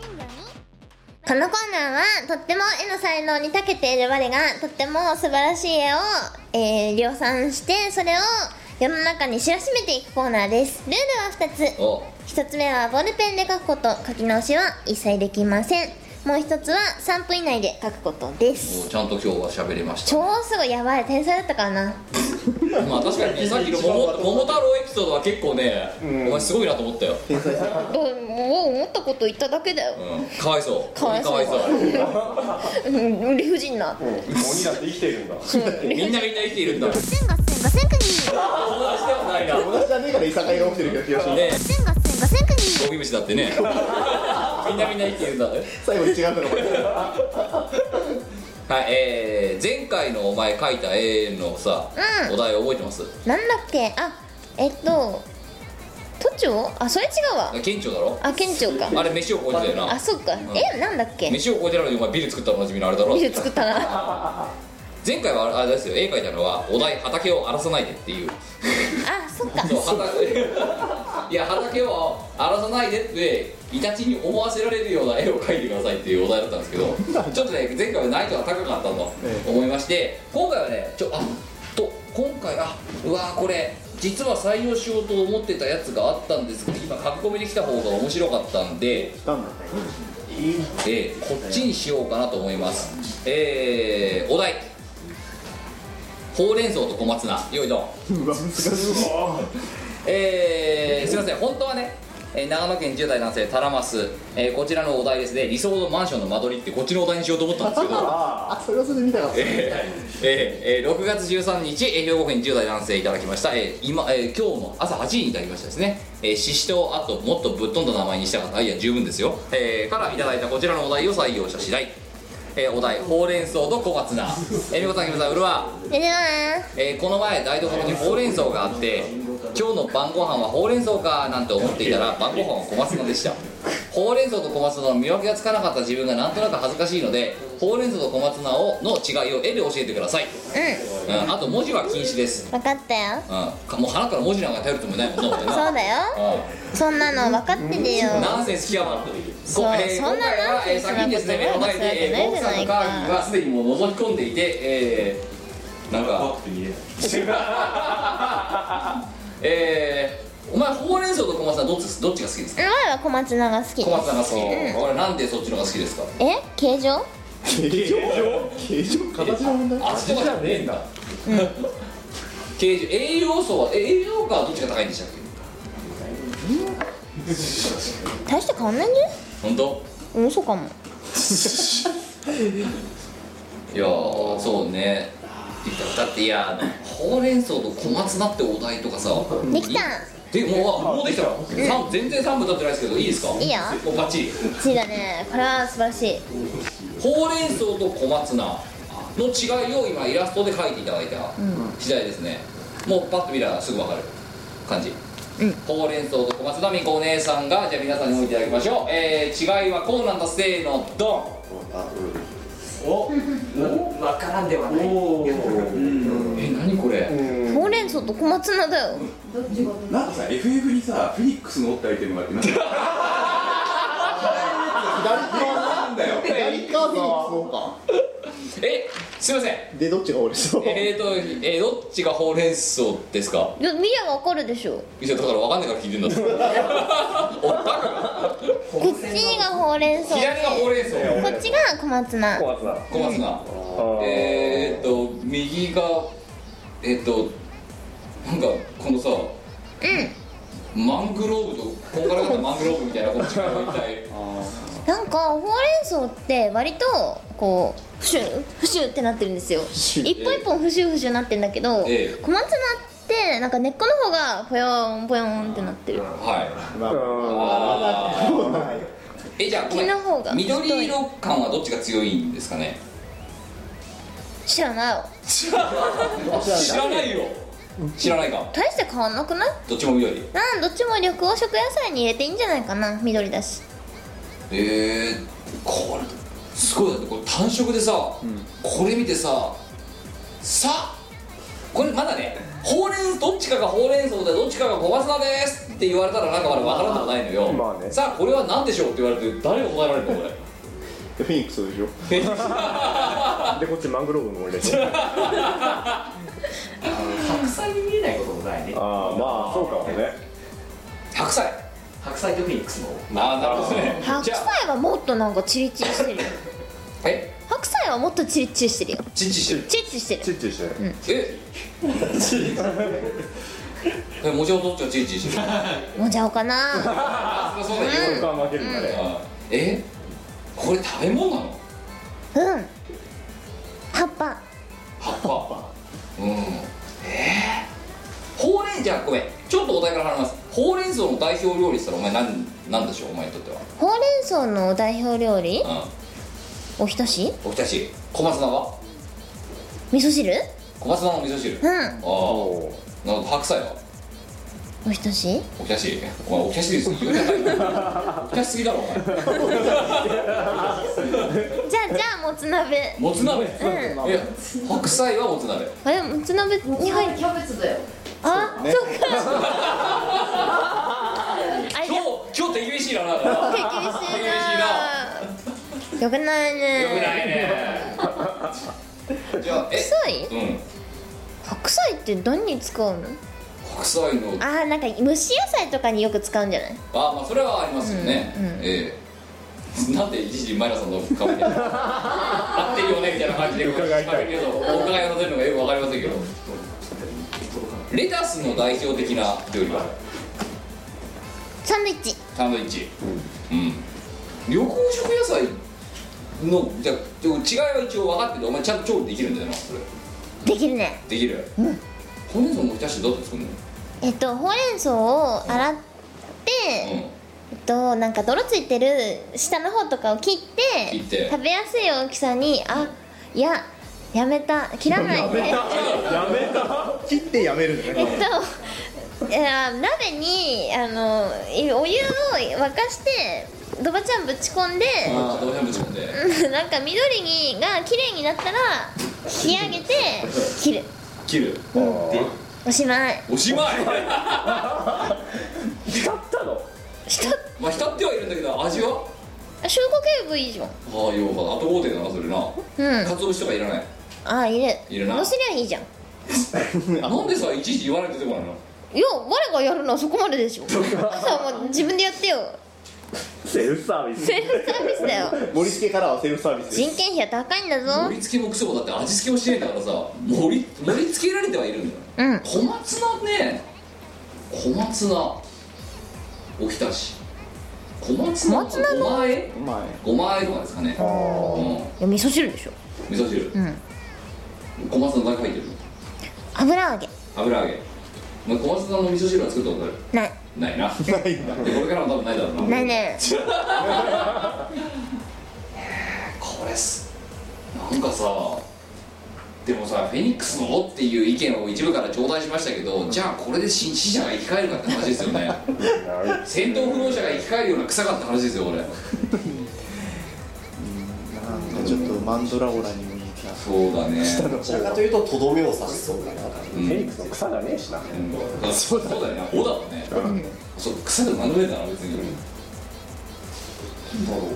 このコーナーはとっても絵の才能に長けている我がとっても素晴らしい絵を、えー量産してそれを世の中に知らしめていくコーナーですルールは2つ1つ目はボールペンで書くこと書き直しは一切できませんもう1つは3分以内で書くことですちゃんと今日は喋れました超すごいやばい天才だったからなまあ確かにねさっきの桃桃太郎エピソードは結構ね、お前すごいなと思ったよもう思ったこと言っただけだよ、かわいそうかわいそうかわいうんうん理不尽な鬼だって生きているんだ みんなみんな生きている んだ友達ではないな友達じゃねえからいさかいが起きてるけど東野ね五千国ゴミ虫だってね みんなみんな生きてるんだね最後に違ったのこれはいえー、前回のお前書いた絵のさ、うんお題覚えてますなんだっけあえっと都庁あそれ違うわ県庁だろあ県庁かあれ飯を超えてたよなあそっか、んえなんだっけ飯を超えてたのにお前ビル作ったのおなじみのあれだろビル作ったなあ前回はあれですよ絵描いたのはお題畑を荒らさないでっていうそっかそう畑いや畑を荒らさないでってイタチに思わせられるような絵を描いてくださいっていうお題だったんですけどちょっとね前回は難易度が高かったと思いまして今回はねちょあと今回あうわーこれ実は採用しようと思ってたやつがあったんですけど今書き込みできた方が面白かったんでえーこっちにしようかなと思いますえー、お題ほうれん草と小松菜よいどんうわ難しいえー、すいません本当はねえー長野県10代男性タラマス、えーこちらのお題ですね理想のマンションの間取りってこっちのお題にしようと思ったんですけ どあそれはそれで見たかったえーえーえー6月13日、えー兵庫県10代男性いただきました、えー今えー今日の朝8時にいただきましたですね、えー、ししとあともっとぶっ飛んだ名前にしたかったあいや十分ですよ、えーからいただいたこちらのお題を採用した次第、えーお題ほうれん草と小松菜えー、みこさんきむさんうるわでではえーこの前台所にほうれん草があって今日の晩ご飯はほうれん草かなんて思っていたら晩ご飯は小松菜でしたほうれん草と小松菜の見分けがつかなかった自分がなんとなく恥ずかしいのでほうれん草と小松菜をの違いを絵で教えてください、ううん、あと文字は禁止です、ん分かったようん、かもう鼻から文字なんか頼るともないもんな俺そなうだよそんなの分かってるよナンセンス極まってそうそんな今回はナンえセーンスな先にですね目の前でことゴすンるわさんとカけないじゃないかーギーがすでにもう覗き込んでいて、えー、 なんかえー、お前ほうれん草と小松菜どっちどっちが好きですか前は小松菜が好き小松菜が好き、うんこれなんでそっちのが好きですかえ形状形状形状形の問題味じゃねえんだ形状栄養素はえ栄養価はどっちが高いんでしたっけ大して変わんないんじ本当ゃん嘘かもいやーそうねだっていやほうれん草と小松菜ってお題とかさできたでもうあもうできたら、さん全然3分経ってないですけどいいですかいいよもうバッチリそうだねこれは素晴らしいほうれん草と小松菜の違いを今イラストで描いていただいた次第ですね、もうパッと見たらすぐ分かる感じ、ほうれん草と小松菜美子お姉さんがじゃあ皆さんに見ていただきましょう、えー違いはこうなんだせーのドンわからんではないえ何これ、ほうれん草と小松菜だよなんかさ FF にさフェニックスの折ったアイテムがあってなんか左側なんだよ左側フェニックスの方かえすいませんでどっちが俺そうえーと、えーどっちがほうれん草ですかいや見りゃ分かるでしょいやだから分かんないから聞いてんだ っておバカかこっちがほうれん草で左がほうれん草こっちが小松菜小松菜小松菜えーっと右がえーっとなんかこのさマングローブとこんがらがったマングローブみたいなこっち側みたいなんかほうれん草って割とこうふしゅふしゅってなってるんですよシュ一本一本ふしゅふしゅなってんだけど、ええ小松菜ってなんか根っこの方がぽよんぽよんってなってるはいまああーえじゃあこれ木の方が緑色感はどっちが強いんですかね知らないよ知らないよ知らないか大して変わんなくないどっちも緑なんどっちも緑黄色野菜に入れていいんじゃないかな緑だしえー、これすごいだってこれ単色でさ、これ見てささこれまだねほうれんどっちかがほうれん草でどっちかが小松菜ですって言われたらなんかまだ分からんでもないのよ、さあこれは何でしょうって言われて誰が答えられるのこれフェニックスでしょでこっちマングローブの森でしょ白菜に見えないこともないねああまあそうかもね白菜白菜とフェニックスのああなるほどね白菜はもっとなんかチリチリしてるよえ白菜はもっとチリチリしてるよチッチしてるチリチリしてるチッチしてるええもちろんどっちがチッチしてるもじゃおかなあそうだねうん僕は負けるんだねえこれ食べ物なのうん葉っぱ葉っぱうんえー、ほうれんじゃあごめんちょっとお題から離れますほうれん草の代表料理したらお前なんなんでしょうお前にとってはほうれん草の代表料理おひたしおひたし小松菜は味噌汁小松菜の味噌汁うんああなるほど白菜はおひたしおひたしお前おひたしです言うじゃないよ おひたしすぎだろお前じゃあじゃあもつ鍋もつ鍋、うんいや白菜はもつ鍋あれもつ鍋に入るキャベツだよあねそっかあれ今日今日手厳しいななんか手厳しいなよくないねよくないねじゃあ白え菜うん白菜って何に使うの白菜のあーなんか蒸し野菜とかによく使うんじゃないあまあそれはありますよね、うんうんええなんで一時マイナさんの顔に合ってるよねみたいな感じで伺いたいけどお伺いを立てるのがよくわかりませんけどレタスの代表的な料理はサンドイッチサンドイッチうん、緑黄色野菜のじゃあ違いは一応分かっててお前ちゃんと調理できるんだよなそれできるねできるうんほうれん草のおひたしどうやって作るのえっとほうれん草を洗って、えっとなんか泥ついてる下の方とかを切って切って食べやすい大きさにあいややめた切らないでやめた切ってやめるんだえっねといや鍋にあのいお湯を沸かしてドバちゃんぶち込んでああどうやってぶち込んでうんなんか緑にが綺麗になったら引き上げて切る切るでおしまいおしまい 光ったの光っまあ光ってはいるんだけど味はあ消化系部いいじゃんああようか後工程だなそれなうん鰹節とかいらないあ入れいるなのせりゃいいじゃんいなんでさいちいち言わないと出てこないのや我がやるのはそこまででしょ朝もう自分でやってよセルフサービセルフサービスだよ盛り付けからはセルフサービス人件費は高いんだぞ盛り付けもクソもだって味付けもしてないんだからさ盛り盛り付けられてはいるんだようん小松菜ね小松菜おひたし小松菜小松菜のごまあえごまあえとかですかねういや味噌汁でしょん味噌汁うん小松菜何入ってる油揚げ油揚げお前小松菜の味噌汁は作ったことあるないないな ないんだこれからも多分ないだろうなないねこれすなんかさでもさフェニックスのっていう意見を一部から頂戴しましたけどじゃあこれで新死者が生き返るかって話ですよね戦闘不能者が生き返るような草かって話ですよこれなんかちょっとマンドラオラにも似たそうだね下のどちらかというととどめを刺しそうかなうんフェニックスの草がねえしなうんそうだよね尾だもんね、そう草でもなんでもねえんだな別に、なんだろう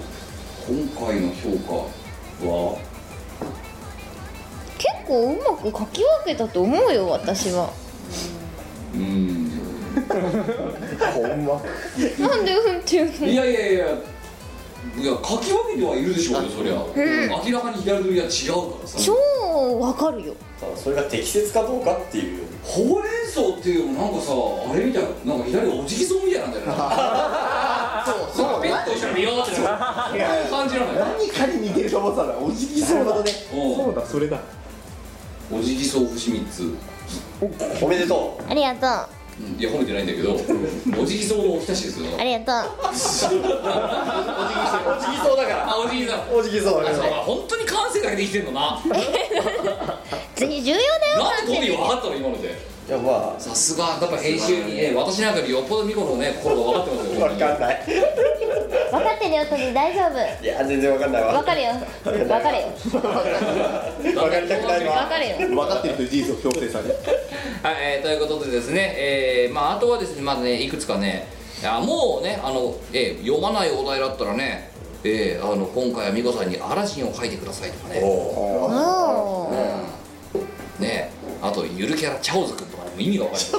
今回の評価は結構うまく書き分けたと思うよ私はうんほんまなんでうんっていうのいやいやいやいや書き分けてはいるでしょうよそりゃ、ん明らかに左取りは違うからさ超わかるよただそれが適切かどうかっていうほうれん草っていうのもなんかさあれみたいななんか左がおじきそうみたいなんだよなそうそうペット一緒に見ようってなそういう感じなのよ何かに似てると思ってたらおじぎそうだねそうだそれだおじきそう節3つおめでとありがとううんいや褒めてないんだけどおじきそうのおひたしですよありがとううおじぎそうだからあおじきそうおじぎそうだあかそうらか本当に感性だけで生きてんのな次重要だよなんで語尾分かったの今のでいやまさすがやっぱ編集にね私なんかよりよっぽど見事のね心が分かってますよあわかんない分かってるよトミー大丈夫いや全然わかんないわわかるよわかるよわかりたくないわわかるよ分かってるという事実を強制されるはい、えーということでですね、えーまあ、あとはですねまずねいくつかねあもうねあの、えー読まないお題だったらねえーあの今回は美子さんに「アラジンを描いてください」とかねうんねあとゆるキャラチャオズくんとかねもう意味が分か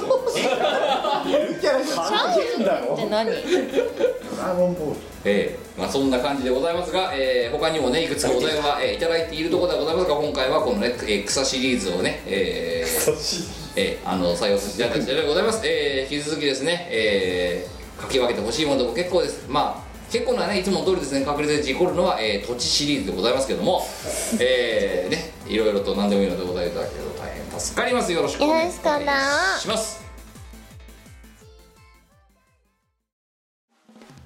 んないゆるキャラ関係んだろって何ドラゴンボールええまあそんな感じでございますが、えー他にもねいくつかお題は、えーいただいているところではございますが今回はこのね、えー草シリーズをね、えーえーあの採用させていただいた次第でございます、えー引き続きですね、えー書き分けてほしいものでも結構ですまあ結構なねいつもの通りですね確率で事故るのは、えー土地シリーズでございますけどもえーねいろいろと何でもいいのでございますけど大変助かりますよろしくおよ願いろしくなします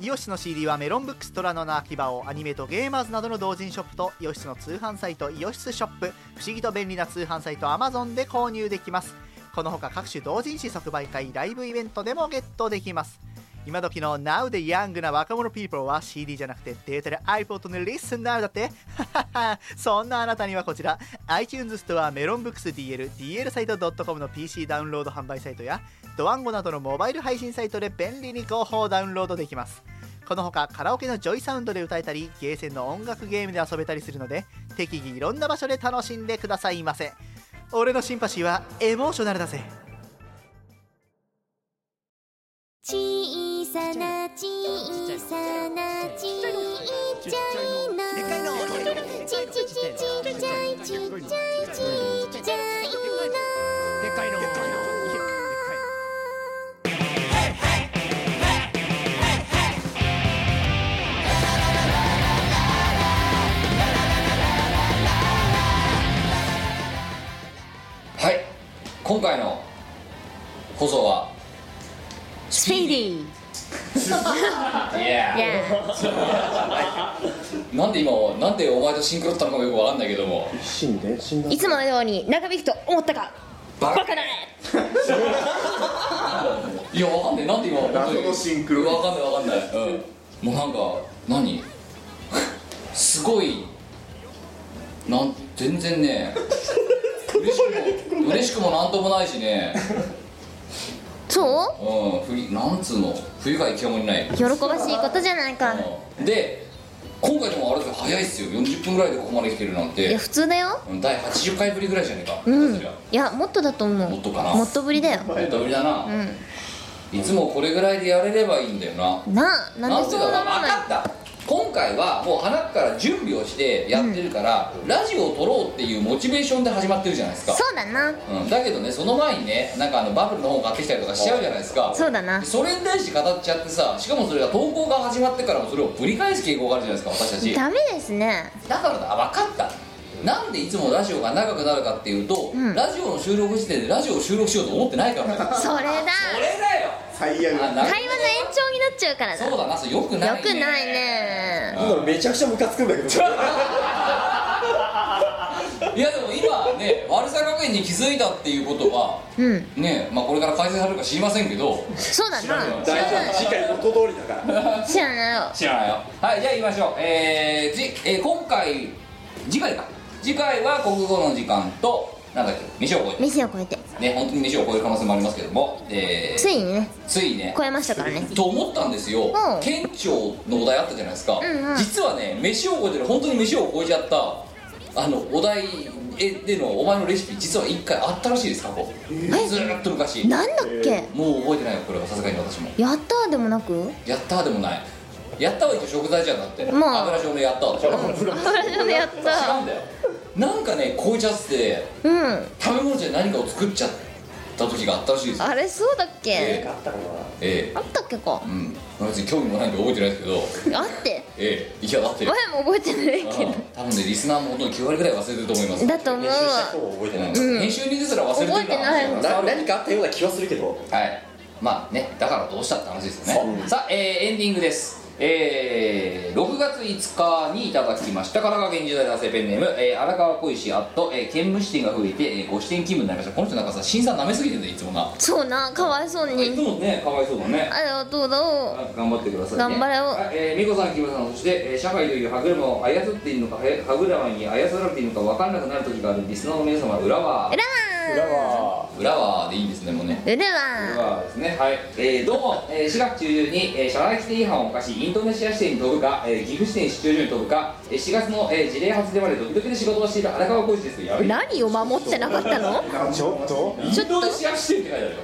イオシスの CD はメロンブックストラノの秋葉をアニメとゲーマーズなどの同人ショップとイオシスの通販サイトイオシスショップ不思議と便利な通販サイト Amazon で購入できますこのほか各種同人誌即売会ライブイベントでもゲットできます今時の Now でヤングな若者 people は CD じゃなくてデータで iPod の Listen Now だって そんなあなたにはこちら iTunes ストアメロンブックス DL、DL サイト .com の PC ダウンロード販売サイトやドワンゴなどのモバイル配信サイトで便利に広報ダウンロードできますこのほかカラオケのジョイサウンドで歌えたりゲーセンの音楽ゲームで遊べたりするので適宜いろんな場所で楽しんでくださいませ俺のシンパシーはエモーショナルだぜ小さな小さなちっちゃいのちっちちちっちゃいちっちゃいちっちゃいのでかいのでかいはい今回の放送はスピーディーなんで今なんでお前とシンクロったのかもよくわかんないけども死んで死んだいつものように長引くと思ったかバカだねいやわかんないなんで今謎のシンクロわかんないわかんない、うん、もうなんか何すごいなん全然ね嬉しくも嬉しくもなんともないしねそううんふりなんつうの冬が行きかもりない喜ばしいことじゃないかで今回でもあれですよ早いっすよ40分ぐらいでここまで来てるなんいてや普通だようん第80回ぶりぐらいじゃねえかうんいやもっとだと思うもっとかなもっとぶりだよネタぶりだな、ういつもこれぐらいでやれればいいんだよなんなあなんでそんなもん分なかった今回はもう花から準備をしてやってるから、ラジオを撮ろうっていうモチベーションで始まってるじゃないですかそうだなうん、だけどねその前にねなんかあのバブルの本買ってきたりとかしちゃうじゃないですかそうだなそれに対して語っちゃってさしかもそれが投稿が始まってからもそれをぶり返す傾向があるじゃないですか私たちダメですねだからだ分かったなんでいつもラジオが長くなるかっていうと、うんラジオの収録時点でラジオを収録しようと思ってないからねそれだそれだよ最悪あな会話の延長になっちゃうからだそうだなそれよくないねよくないね今のめちゃくちゃムカつくんだけどいやでも今ね悪さ加減に気づいたっていうことはうんねまあこれから改善されるか知りませんけどそうだな知らないよ次回元通りだから知らないよ知らないよはいじゃあ言いましょうえー、じえー今回次回か次回は国語の時間となんだっけ飯を超えて飯を超えてね本当に飯を超える可能性もありますけどもえーついにねついね超えましたからねと思ったんですよ、うん県庁のお題あったじゃないですか、うんうん実はね飯を超えてる本当に飯を超えちゃったあのお題でのお前のレシピ実は一回あったらしいです過去ずーっと昔なんだっけもう覚えてないよこれはさすがに私もやったーでもなくやったーでもないやったーは一応食材じゃんだって、まあ油醤のやったーでしょ私のやっ違うんだよなんかね超えちゃってたうん食べ物じゃ何かを作っちゃった時があったらしいですよあれそうだっえけええあったっけかえうん別に興味もないんで覚えてないですけどあってええいやだって前も覚えてないけうん多分ねリスナーもほとんど9割ぐらい忘れてると思いますどだと思うわそう覚えてない、うん編集にですら忘れてる覚えてないもんな何かあったような気はするけどはいまあねだからどうしたって話ですよね、さあ、えーエンディングですえー6月5日にいただきました神奈川県10代男性ペンネーム、えー荒川小石あと、えー、兼務視点が増えて、えー、ご視点勤務になりましたこの人なんかさ審査舐めすぎてんだよいつもなそうなかわいそうにいつもねかわいそうだねありがとうだ頑張ってください、ね、頑張れよはいえー美子さん木村さんそして、えー社会という歯車を操っているのかはや歯車に操られているのか分からなくなる時があるリスナーの皆様裏は裏は裏はでいいんですねもうねうるわはですね、はい、えーどうも、えー4月中旬に、えー、社内規定違反を犯しインドネシア支店に飛ぶか、えー岐阜支店出張所に飛ぶか、えー4月の、えー事例発でまでドキドキで仕事をしていた荒川浩一ですやべえ何を守ってなかったのちょっとインドネシア支店って書いてあるよ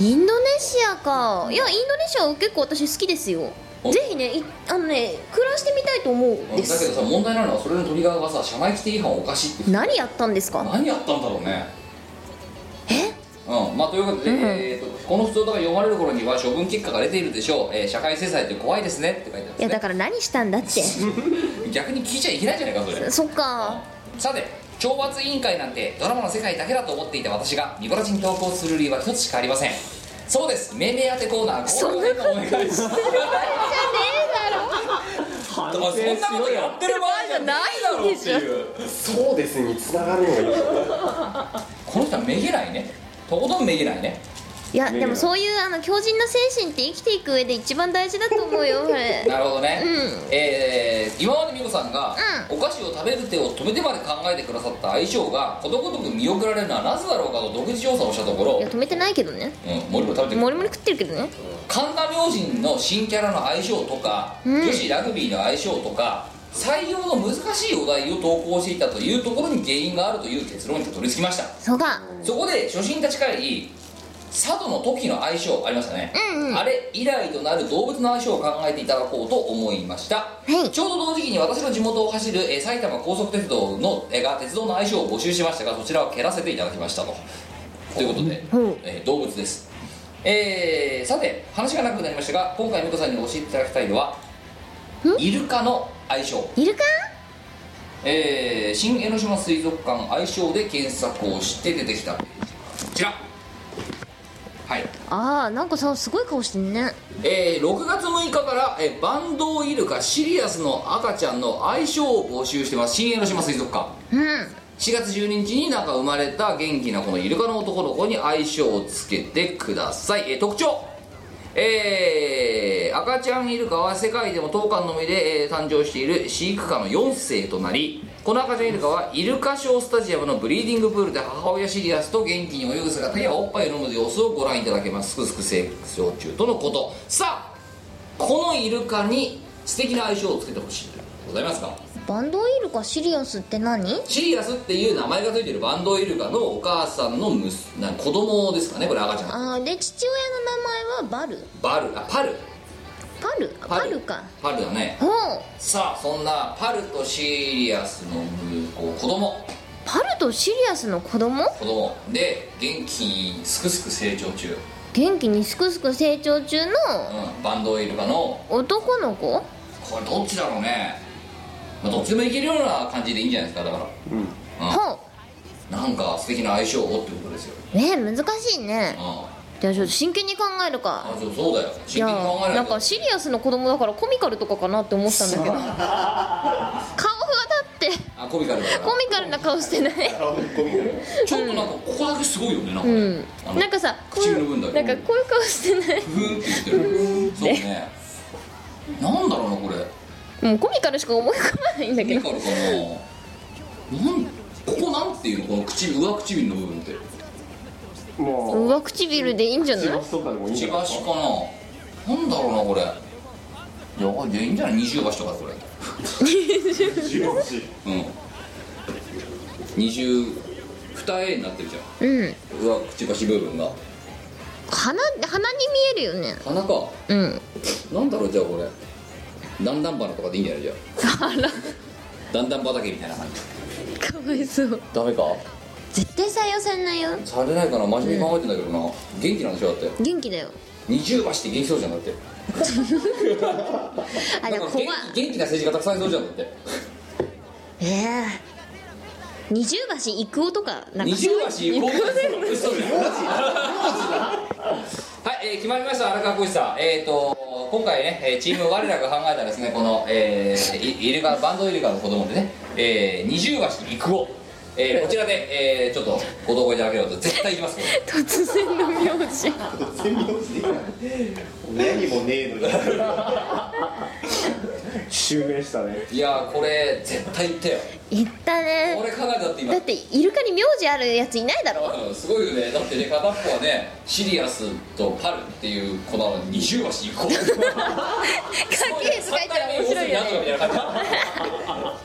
インドネシアかいやインドネシアは結構私好きですよおぜひねいあのね暮らしてみたいと思うだけどさ問題なのはそれのトリガーがさ社内規定違反を犯しって何やったんですか何やったんだろうねえうんまあということで、えーとこの不通とが読まれる頃には処分結果が出ているでしょう、えー社会制裁って怖いですねって書いてあるいやだから何したんだって逆に聞いちゃいけないんじゃないかそれそっかさて懲罰委員会なんてドラマの世界だけだと思っていた私が見殺しに投稿する理由は一つしかありませんそうです命名当てコーナーそんなことお願いします反そんなことやってる場合じゃないだろうっていうそうですにつながるのがいいこの人はめげないねとことんめげないねいやでもそういうあの強靭な精神って生きていく上で一番大事だと思うよ俺なるほどね、うえー今まで美子さんが、お菓子を食べる手を止めてまで考えてくださった相性がことごとく見送られるのはなぜだろうかと独自調査をしたところいや止めてないけどねうん森も食べてくもりもり食ってるけどね神田明神の新キャラの相性とか、うん女子ラグビーの相性とか採用の難しいお題を投稿していたというところに原因があるという結論にたどり着きましたそうかそこで初心たち会議佐渡の時の相性ありましたね、うんうんあれ以来となる動物の相性を考えていただこうと思いました、ちょうど同時期に私の地元を走る、えー埼玉高速鉄道の、えーが鉄道の相性を募集しましたがそちらを蹴らせていただきましたとということで、えー動物ですえーさて話がなくなりましたが今回美子さんに教えていただきたいのはイルカの相性イルカえー新江ノ島水族館愛称で検索をして出てきたページこちらはい、ああなんかさすごい顔してんねえー6月6日から、えーバンドウイルカシリアスの赤ちゃんの愛称を募集してます新江ノ島水族館うん4月12日になんか生まれた元気なこのイルカの男の子に愛称をつけてください、えー特徴えー赤ちゃんイルカは世界でも当館のみで、えー誕生している飼育下の4世となりこの赤ちゃんイルカはイルカショースタジアムのブリーディングプールで母親シリアスと元気に泳ぐ姿やおっぱいを飲む様子をご覧いただけますすくすく成長中とのことさあこのイルカに素敵な愛称をつけてほしいございますかバンドイルカシリアスって何シリアスっていう名前が付いてるバンドイルカのお母さんのむな子供ですかねこれ赤ちゃんああで父親の名前はバルバルあパルパルパルかパルだねおうさあそんなパルとシリアスのむこう子供パルとシリアスの子供子供で元気にすくすく成長中、元気にすくすく成長中のうん、バンドイルカの男の子これどっちだろうね、まあ、どっちでもいけるような感じでいいんじゃないですかだからうん、ほなんか素敵な相性をってことですよ、うねえ難しいねうんじゃあちょっと真剣に考えるかあそうそうだよい真や剣に考えーなないんとかシリアスの子供だからコミカルとかかなって思ったんだ けど顔がだってあコミカルだからコミカルな顔してないちょっとなんかここだけすごいよねなんかうね、んあのなんかさこう唇の分だけなんかこういう顔してないふーんって言ってるそうねなんだろうなこれもうコミカルしか思い浮かばないんだけミどカルかななんここなんていうのこの唇上唇の部分っても上唇でいいんじゃないとかでもいいんじゃないかななんだろうなこれいやいやいいんじゃない二重橋とかこれうん二重二重になってるじゃうんん上唇部分が鼻鼻に見えるよね鼻かうんなんだろうじゃあこれ段々花とかでいいんじゃないじゃあ段々畑みたいな感じかわいそうダメか絶対採用されないよされないかな真面目に考えてんだけどな、元気なんでしょだって元気だよ二重橋って元気そうじゃんだってあでも怖い元気元気な政治家たくさんいそうじゃんだってええ二重橋行くとかなん二か重そういう橋行こう嘘じゃんはい、えー決まりました荒川浩一さんえっ、との今回ねえーチーム我らが考えたですねこの、えーイイルカバンドイルカの子供でね、えー、二重橋行くを、えーこちらで、えーちょっとご同行いただければと絶対行きますこれ突然の名字親にもねえのに襲名したねいやーこれ絶対行ったよ言ったね俺考えたって今だってイルカに名字あるやついないだろうんすごいよねだってね片っぽはねシリアスとパルっていう子なのに二重橋行こ う家系図書いたら面白いよねなんとかみたいな感じ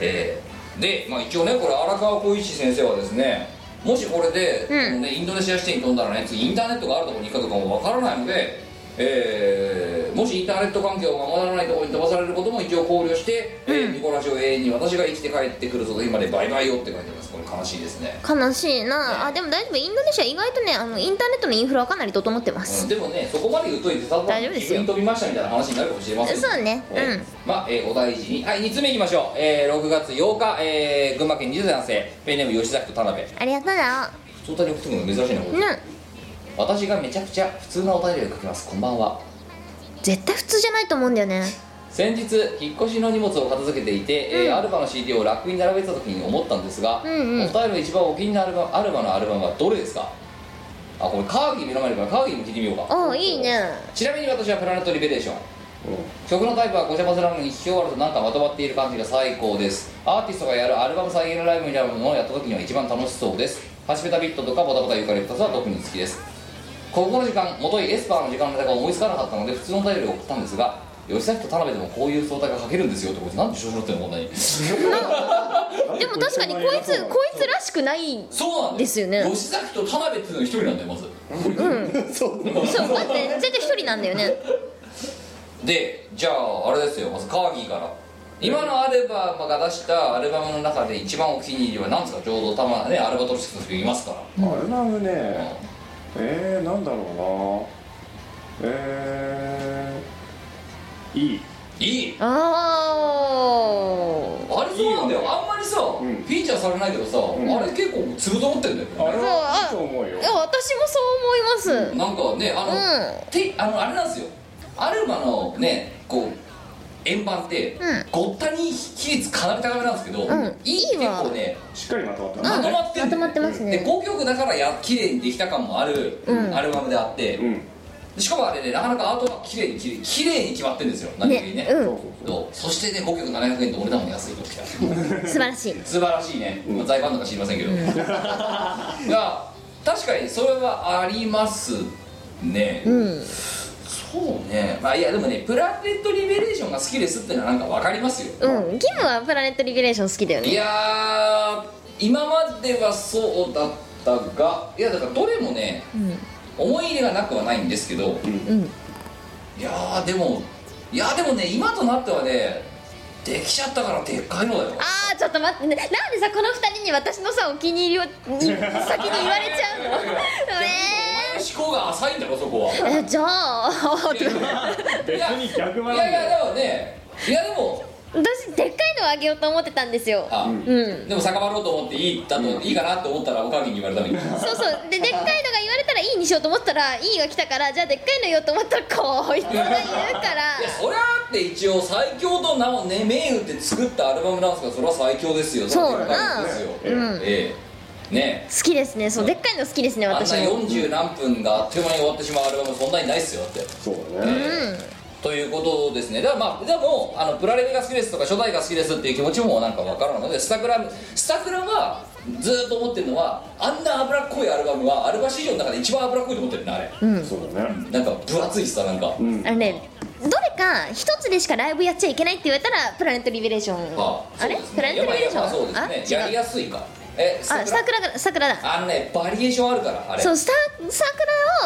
えーで、まあ、一応ねこれ荒川浩一先生はですねもしこれで、うんこのね、インドネシア支店に飛んだらね次インターネットがあるところに行くかどうかもわからないので、えーもしインターネット環境が守らないところに飛ばされることも一応考慮して、えーニコラジオ永遠に私が生きて帰ってくるぞと今でバイバイよって書いてありますこれ悲しいですね悲しいなあでも大丈夫インドネシア意外とねあのインターネットのインフラはかなり整ってます、でもねそこまで言うといてさ大丈夫ですよ自分飛びましたみたいな話になるかもしれませんけどそうねうん、えーまあ、えーお大事にはい2つ目いきましょう、えー6月8日、えー群馬県20代男性ペンネーム吉崎と田辺ありがとうな相談に送ってくるの珍しいなこれうん私がめちゃくちゃ普通のお便りを書きますこんばんは絶対普通じゃないと思うんだよね先日引っ越しの荷物を片付けていて、えーアルバの CD をラックに並べてた時に思ったんですが、うんうんお二人の一番お気に入りのアルバアルバのアルバムはどれですかあこれカーギー目の前にあるからカーギーも聞いてみようかおいいねちなみに私はプラネットリベレーション、曲のタイプはごちゃ混ぜなのに聴き終わるとなんかまとまっている感じが最高ですアーティストがやるアルバム再現ライブみたいなものをやった時には一番楽しそうですハシペタビットとかボタボタユカリプタスは特に好きですここの時間元いエスパーの時間のネタが思いつかなかったので普通のタイトルを送ったんですが吉崎と田辺でもこういう相談が書けるんですよってことなんで調子乗ってんのこんなにでも確かにこいつこいつらしくないそうなんだですよね吉崎と田辺っていうのが一人なんだよまずうんそうそうだって絶対一人なんだよねでじゃああれですよまずカーギーから今のアルバムが出したアルバムの中で一番お気に入りは何ですかちょうどたまねアルバトロスクいますからアルバムねえー、なんだろうなえー、いいいいあああれそうなんだよあんまりさ、フィーチャーされないけどさ、あれ結構粒と思ってんだよねあれはいいと思ういよや私もそう思います、なんかねあの、うんてあのあれなんですよアルバのねこう円盤って、うんごったに比率かなり高めなんですけど、うんいいいいわ結構ねしっかりまとまったまとまってるまとまってますでね5曲だからや綺麗にできた感もあるうんアルバムであって、しかもあれねなかなかアートが綺麗に綺麗に綺麗に決まってるんですよ何よりねねうんそうそしてね5曲700円と俺らも安いときた素晴らしい素晴らしいね、まあ、財団とか知りませんけ ど、が確かにそれはありますね、うんそうねまあいやでもねプラネットリベレーションが好きですってのはなんか分かりますようんキムはプラネットリベレーション好きだよねいやー今まではそうだったがいやだからどれもねうん思い入れがなくはないんですけど、うんいやーでもいやーでもね今となってはねできちゃったからでっかいのだよあーちょっと待ってねなんでさこの二人に私のさお気に入りをに先に言われちゃうのえ思考が浅いんだろそこはーえじゃあ 私でっ別に逆い回りやいだやよでもねいやでもかいのをあげようと思ってたんですよあ、うんでも酒場ろうと思っていいだと、いいかなと思ったらおかげに言われたみたいなそうそうででっかいのが言われたら「いい」にしようと思ったら「いい」が来たからじゃあでっかいの言おうと思ったらこいつが言うかいらやそりゃあって一応最強と名をね銘打って作ったアルバムなんですからそれは最強ですよそうれはでかいですよ、うんうんええね好きですねそうでっかいの好きですえねあんな私も40何分があっという間に終わってしまうアルバムそんなにないっすよだってそうだうねんということですねだからまあでもあのプラレミが好きですとか初代が好きですっていう気持ちもなんかわからないのでスタクラスタクラはずーっと思ってるのはあんな脂っこいアルバムはアルバ史上の中で一番脂っこいと思ってるねあれうんそうだねなんか分厚いしさなんか、あのねどれか一つでしかライブやっちゃいけないって言われたらプラネットリベレーションああれそうですねプラネットリベレーションやっぱそうですねあや違りうやすいかえあ桜桜が桜だあのねバリエーションあるからあれそうスタ桜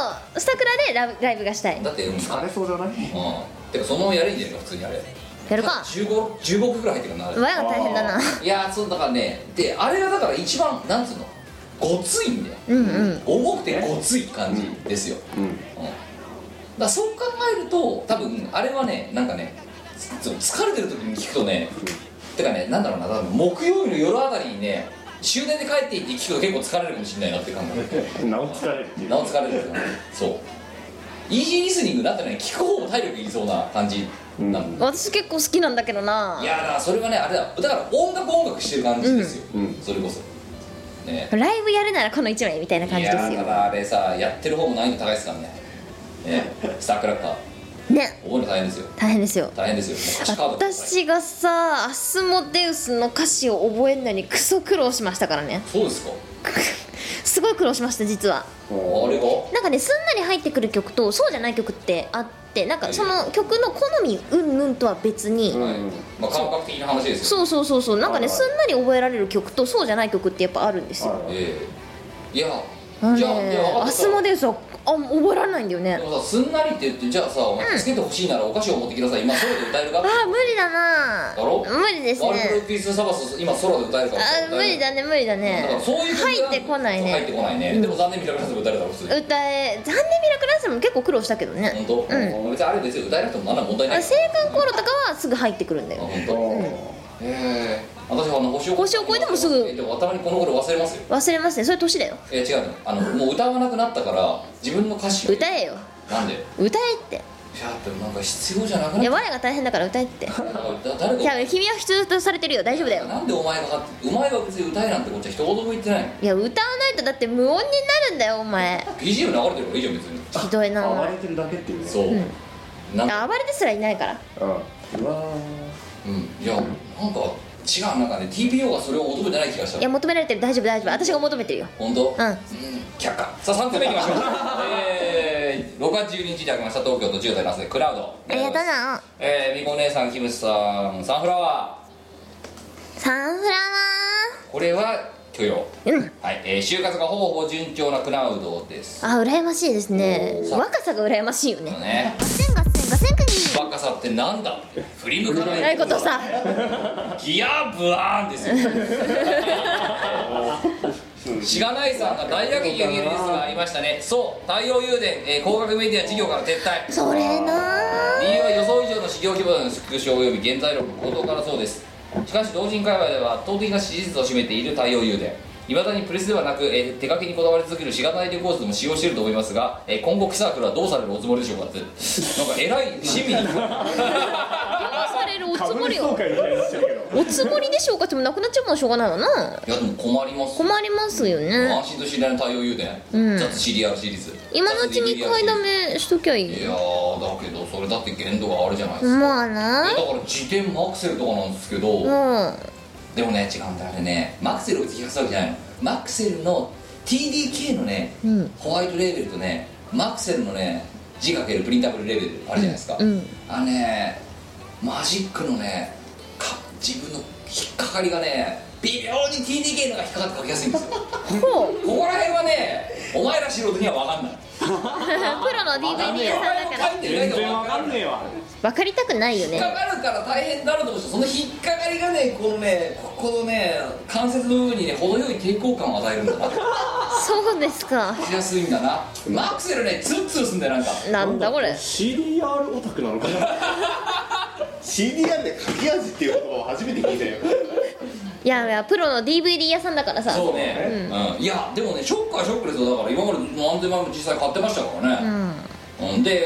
を桜でラライブがしたいだってうんあれそうじゃないうんてかそのままやるんじゃないの普通にあれやるか15 15億ぐらい入ってるかなあれわが大変だあないやーそうだからねであれがだから一番なんつうのごついんだようんうん重くてごつい感じですよ、うんだからそう考えると多分あれはねなんかねつ疲れてる時に聞くとねてかねなんだろうな多分木曜日の夜あたりにね終電で帰ってい って聞くと結構疲れるかもしれないなって感じなお疲れっていうなお疲れるからそうイージーリスニングになってない聞く方も体力いりそうな感じなんだ、私結構好きなんだけどないやだからそれはねあれだだから音楽音楽してる感じですよ、それこそねライブやるならこの1枚みたいな感いじですやだよからあれさやってる方も難易度高いですからね ねスタークラッカーね覚えるの大変ですよ大変ですよ大変ですよもう歌詞カード私がさ「アスモデウス」の歌詞を覚えるのにクソ苦労しましたからねそうですかすごい苦労しました実はあれがなんかねすんなり入ってくる曲とそうじゃない曲ってあってなんかその曲の好みうんぬんとは別に、まあ感覚的な話ですよそうそうそうそうなんかねはいすんなり覚えられる曲とそうじゃない曲ってやっぱあるんですよええいやあのじゃあじねゃあ分かアったスモデウスはあ覚えられないんだよねでもさすんなりって言ってじゃあさお前助けてほしいならお菓子を持ってきなさい今空で歌えるあかあ無理だなだろ無理ですワールねドピースサバス今空で歌えるからあー無理だね無理だねだからそういう曲入ってこない入ってねこないねでも残念ミラクルスも歌えるだろ普通に歌え「残念ミラクルアス」も結構苦労したけどね本当別にあれ別に歌えなくても何ら問題青ないから函航路とかはすぐ入ってくるんだよ本当ええ私はあの星を星を越えてもすぐでも頭にこの頃忘れますよ忘れますねそれ年だよいや違うのあのもう歌わなくなったから自分の歌詞を歌えよなんでいや歌えってでもなんか必要じゃなくいなやっ我が大変だから歌 えってたなんかだ誰いがや君は必要とされてるよ大丈夫だよなんでお前が勝ってお前は別に歌えなんてこっちは一言も言ってないのいや歌わないとだって無音になるんだよお前 BGM 流れてるからいいじゃん別にひどいな暴暴れれてるだけっていうそうなんか暴れてすらいないからうんうわうんいやなんか違うなんかね TPO がそれを求めてない気がしいたや求められてる大丈夫大丈夫私が求めてるよ本当うん却下さあ3つ目いきま しょうえー6月12日にいただきました東京都10代男性クラウドありがとうなえーみこ姉さんキムさんサンフラワサンフラワーこれは許容ーうんはい、えー、就活がほぼほぼ順調なクラウドですあ羨ましいですねおー若さが羨ましいよねねバカさってなんだ振り向かなないいことさギアブワーンですよしがないさんが大打撃のニュースがありましたねそう太陽誘電、えー、工学メディア事業から撤退それな理由は予想以上の市業規模の縮小及び原材料の高騰からそうですしかし同人界隈では圧倒的な支持率を占めている太陽誘電いまだにプレスではなく、えー手書きにこだわり続けるしがないレコーズでも使用していると思いますが、えー今後キサークルはどうされるおつもりでしょうかってなんか偉い市民にされるおつもりよおつもりでしょうかってもなくなっちゃうもんしょうがないわないやでも困ります困りますよね安心と信頼の対応言うね、うん雑シリアルシリーズ今のうちに買いだめしときゃいいいやよーだけどそれだって限度があるじゃないですか、まあないやだから自転マクセルとかなんですけど、うん でもね違うんだよあれねマクセルを引き出すわけじゃないのマクセルの TDK のねうんホワイトレーベルとねマクセルのね字かけるプリンタブルレーベルあるじゃないですか、うんあのねマジックのねか自分の引っかかりがね微妙に TDK のが引っかかって書きやすいんですよこほうこら辺はねお前ら素人には分かんないプロの DVD 屋さんだから全然分かんねえわ分かりたくないよ引っかねかるから大変だろうと思ってその引っかかりがねこのねここのね関節の部分にね程よい抵抗感を与えるん だなそうですかしやすいんだなマクセルねツンツンすんだよなんかなんだこれ CDR オタクなのかな CDR で書き味っていう言葉を初めて聞いたよいやいやプロの DVD 屋さんだからさそうね、うんいやでもねショックはショックですよだから今まで何千万も実際買ってましたからうね、んうん、で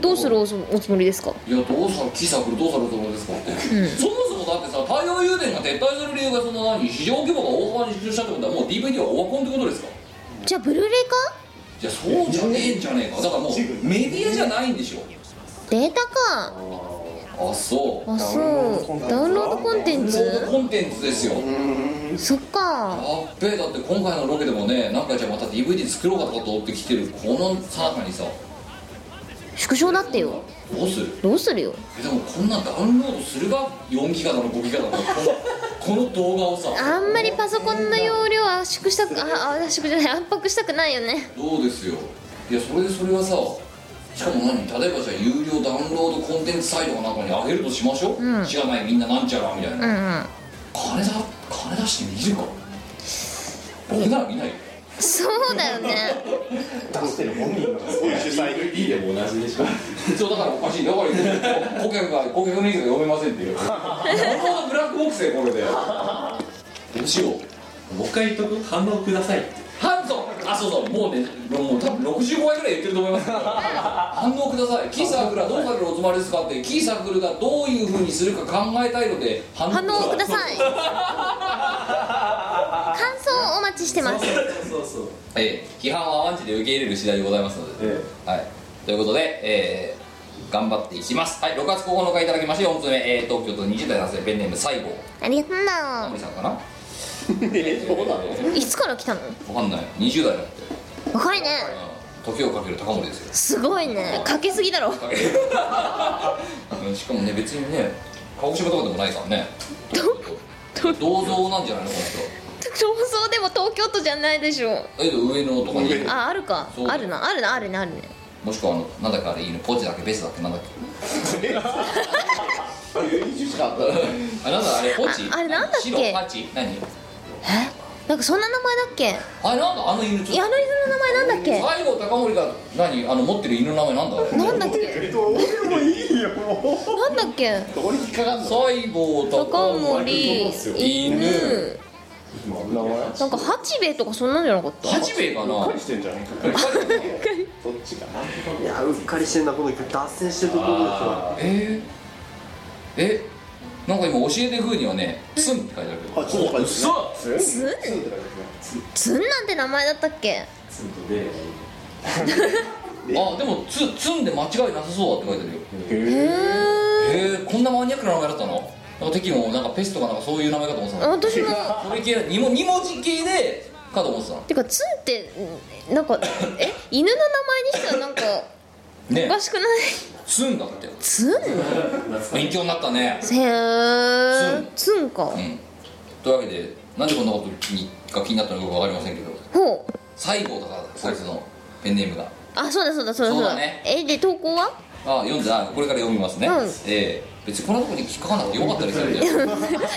どうするおつおつもりですかいやどうさキサクルどうされると思うんですかって、そもそもだってさ太陽誘電が撤退する理由がその何市場規模が大幅に縮小したってことはもう DVD はオワコンってことですかじゃあブルーレイいやそうじゃねえんじゃねえかだからもうメディアじゃないんでしょかデータかあそうあそうダウンロードコンテンダウンロードツコンテンツですよそっかあっべえだって今回のロケでもねなんかじゃあまた DVD 作ろうかとかと思ってきてるこのさなかにさ縮小だってよどうするどうするよえでもこんなダウンロードするが4ギガだの5ギガだのこのこの 動画をさあんまりパソコンの容量圧縮したくああ圧縮じゃない圧迫したくないよねどうですよいやそれでそれはさしかも何例えばじゃあ有料ダウンロードコンテンツサイトかなんかに上げるとしましょう、うん知らないみんななんちゃらみたいな、うんうん金だ金出して見るか僕なら見ないよそうだよね出してる本人がそういう主催 D でも同じでしょそうだからおかしいだから顧客が顧客の意見が読めませんっていう本当のブラックボックスでこれでどうしようもう一回言っとく反応くださいってハンソンあそうそうもうねもう多分65回ぐらい言ってると思いますけど反応くださいキーサークルはどうされるおつもりですかってキーサークルがどういうふうにするか考えたいので反反応ください感想をお待ちしてますそうそうええ批判は甘んじで受け入れる次第でございますので、はい、ということで、えー頑張っていきますはい6月9日いただきまして4つ目、えー東京都20代男性ペンネーム西郷ありがとうな森さんかな えそうなのいつから来たのわかんない20代だって若いね時をかける高森ですよ すごいねかけすぎだろかけうんしかもね別にね鹿児島とかでもないからね銅像なんじゃないのこの人競争でも東京都じゃないでしょえっと上野とかにああるかそうだあよるなあるなあるねあるねもしくはあのなんだかあれいいのポチだっけベスだっけなんだっけあなんだあれポチああれなんだっけ白パチ何なんかそんな名前だっけあれなんだあの犬ちょっとヤノリズの名前なんだっけ西郷隆盛が何あの持ってる犬の名前なんだあれなんだっけどうでもいいよなんだっけどこに引っかかんの西郷高隆森盛犬名前なんか八兵衛とかそんなんじゃなかった八兵衛かな何してんじゃんどっちかいやうっかりしてんなこの脱線してるところですわえー、えなんか今教えてくうにはね「ツン」って書いてあるけどあちょっと待って嘘ツンツンなんて名前だったっけあでもツ「ツン」で間違いなさそうだって書いてあるよへえへえこんなマニアックな名前だったのなんか敵もなんかペスとかなんかそういう名前かと思ってたの私もそれ系2文二文字系でかと思ってたのてかツンってうんなんかえ犬の名前にしたらなんかおねかしくないツンだってツン勉強になったねへえツンかうんというわけでなんでこんなことにが気になったのかよくわかりませんけどほう西郷だからこいつのペンネームがあそうだそうだそうだそそううだだねえで投稿 はあ読んでないこれから読みますね、うんええ別にこんなとこに引っかかんなくてよかったですよね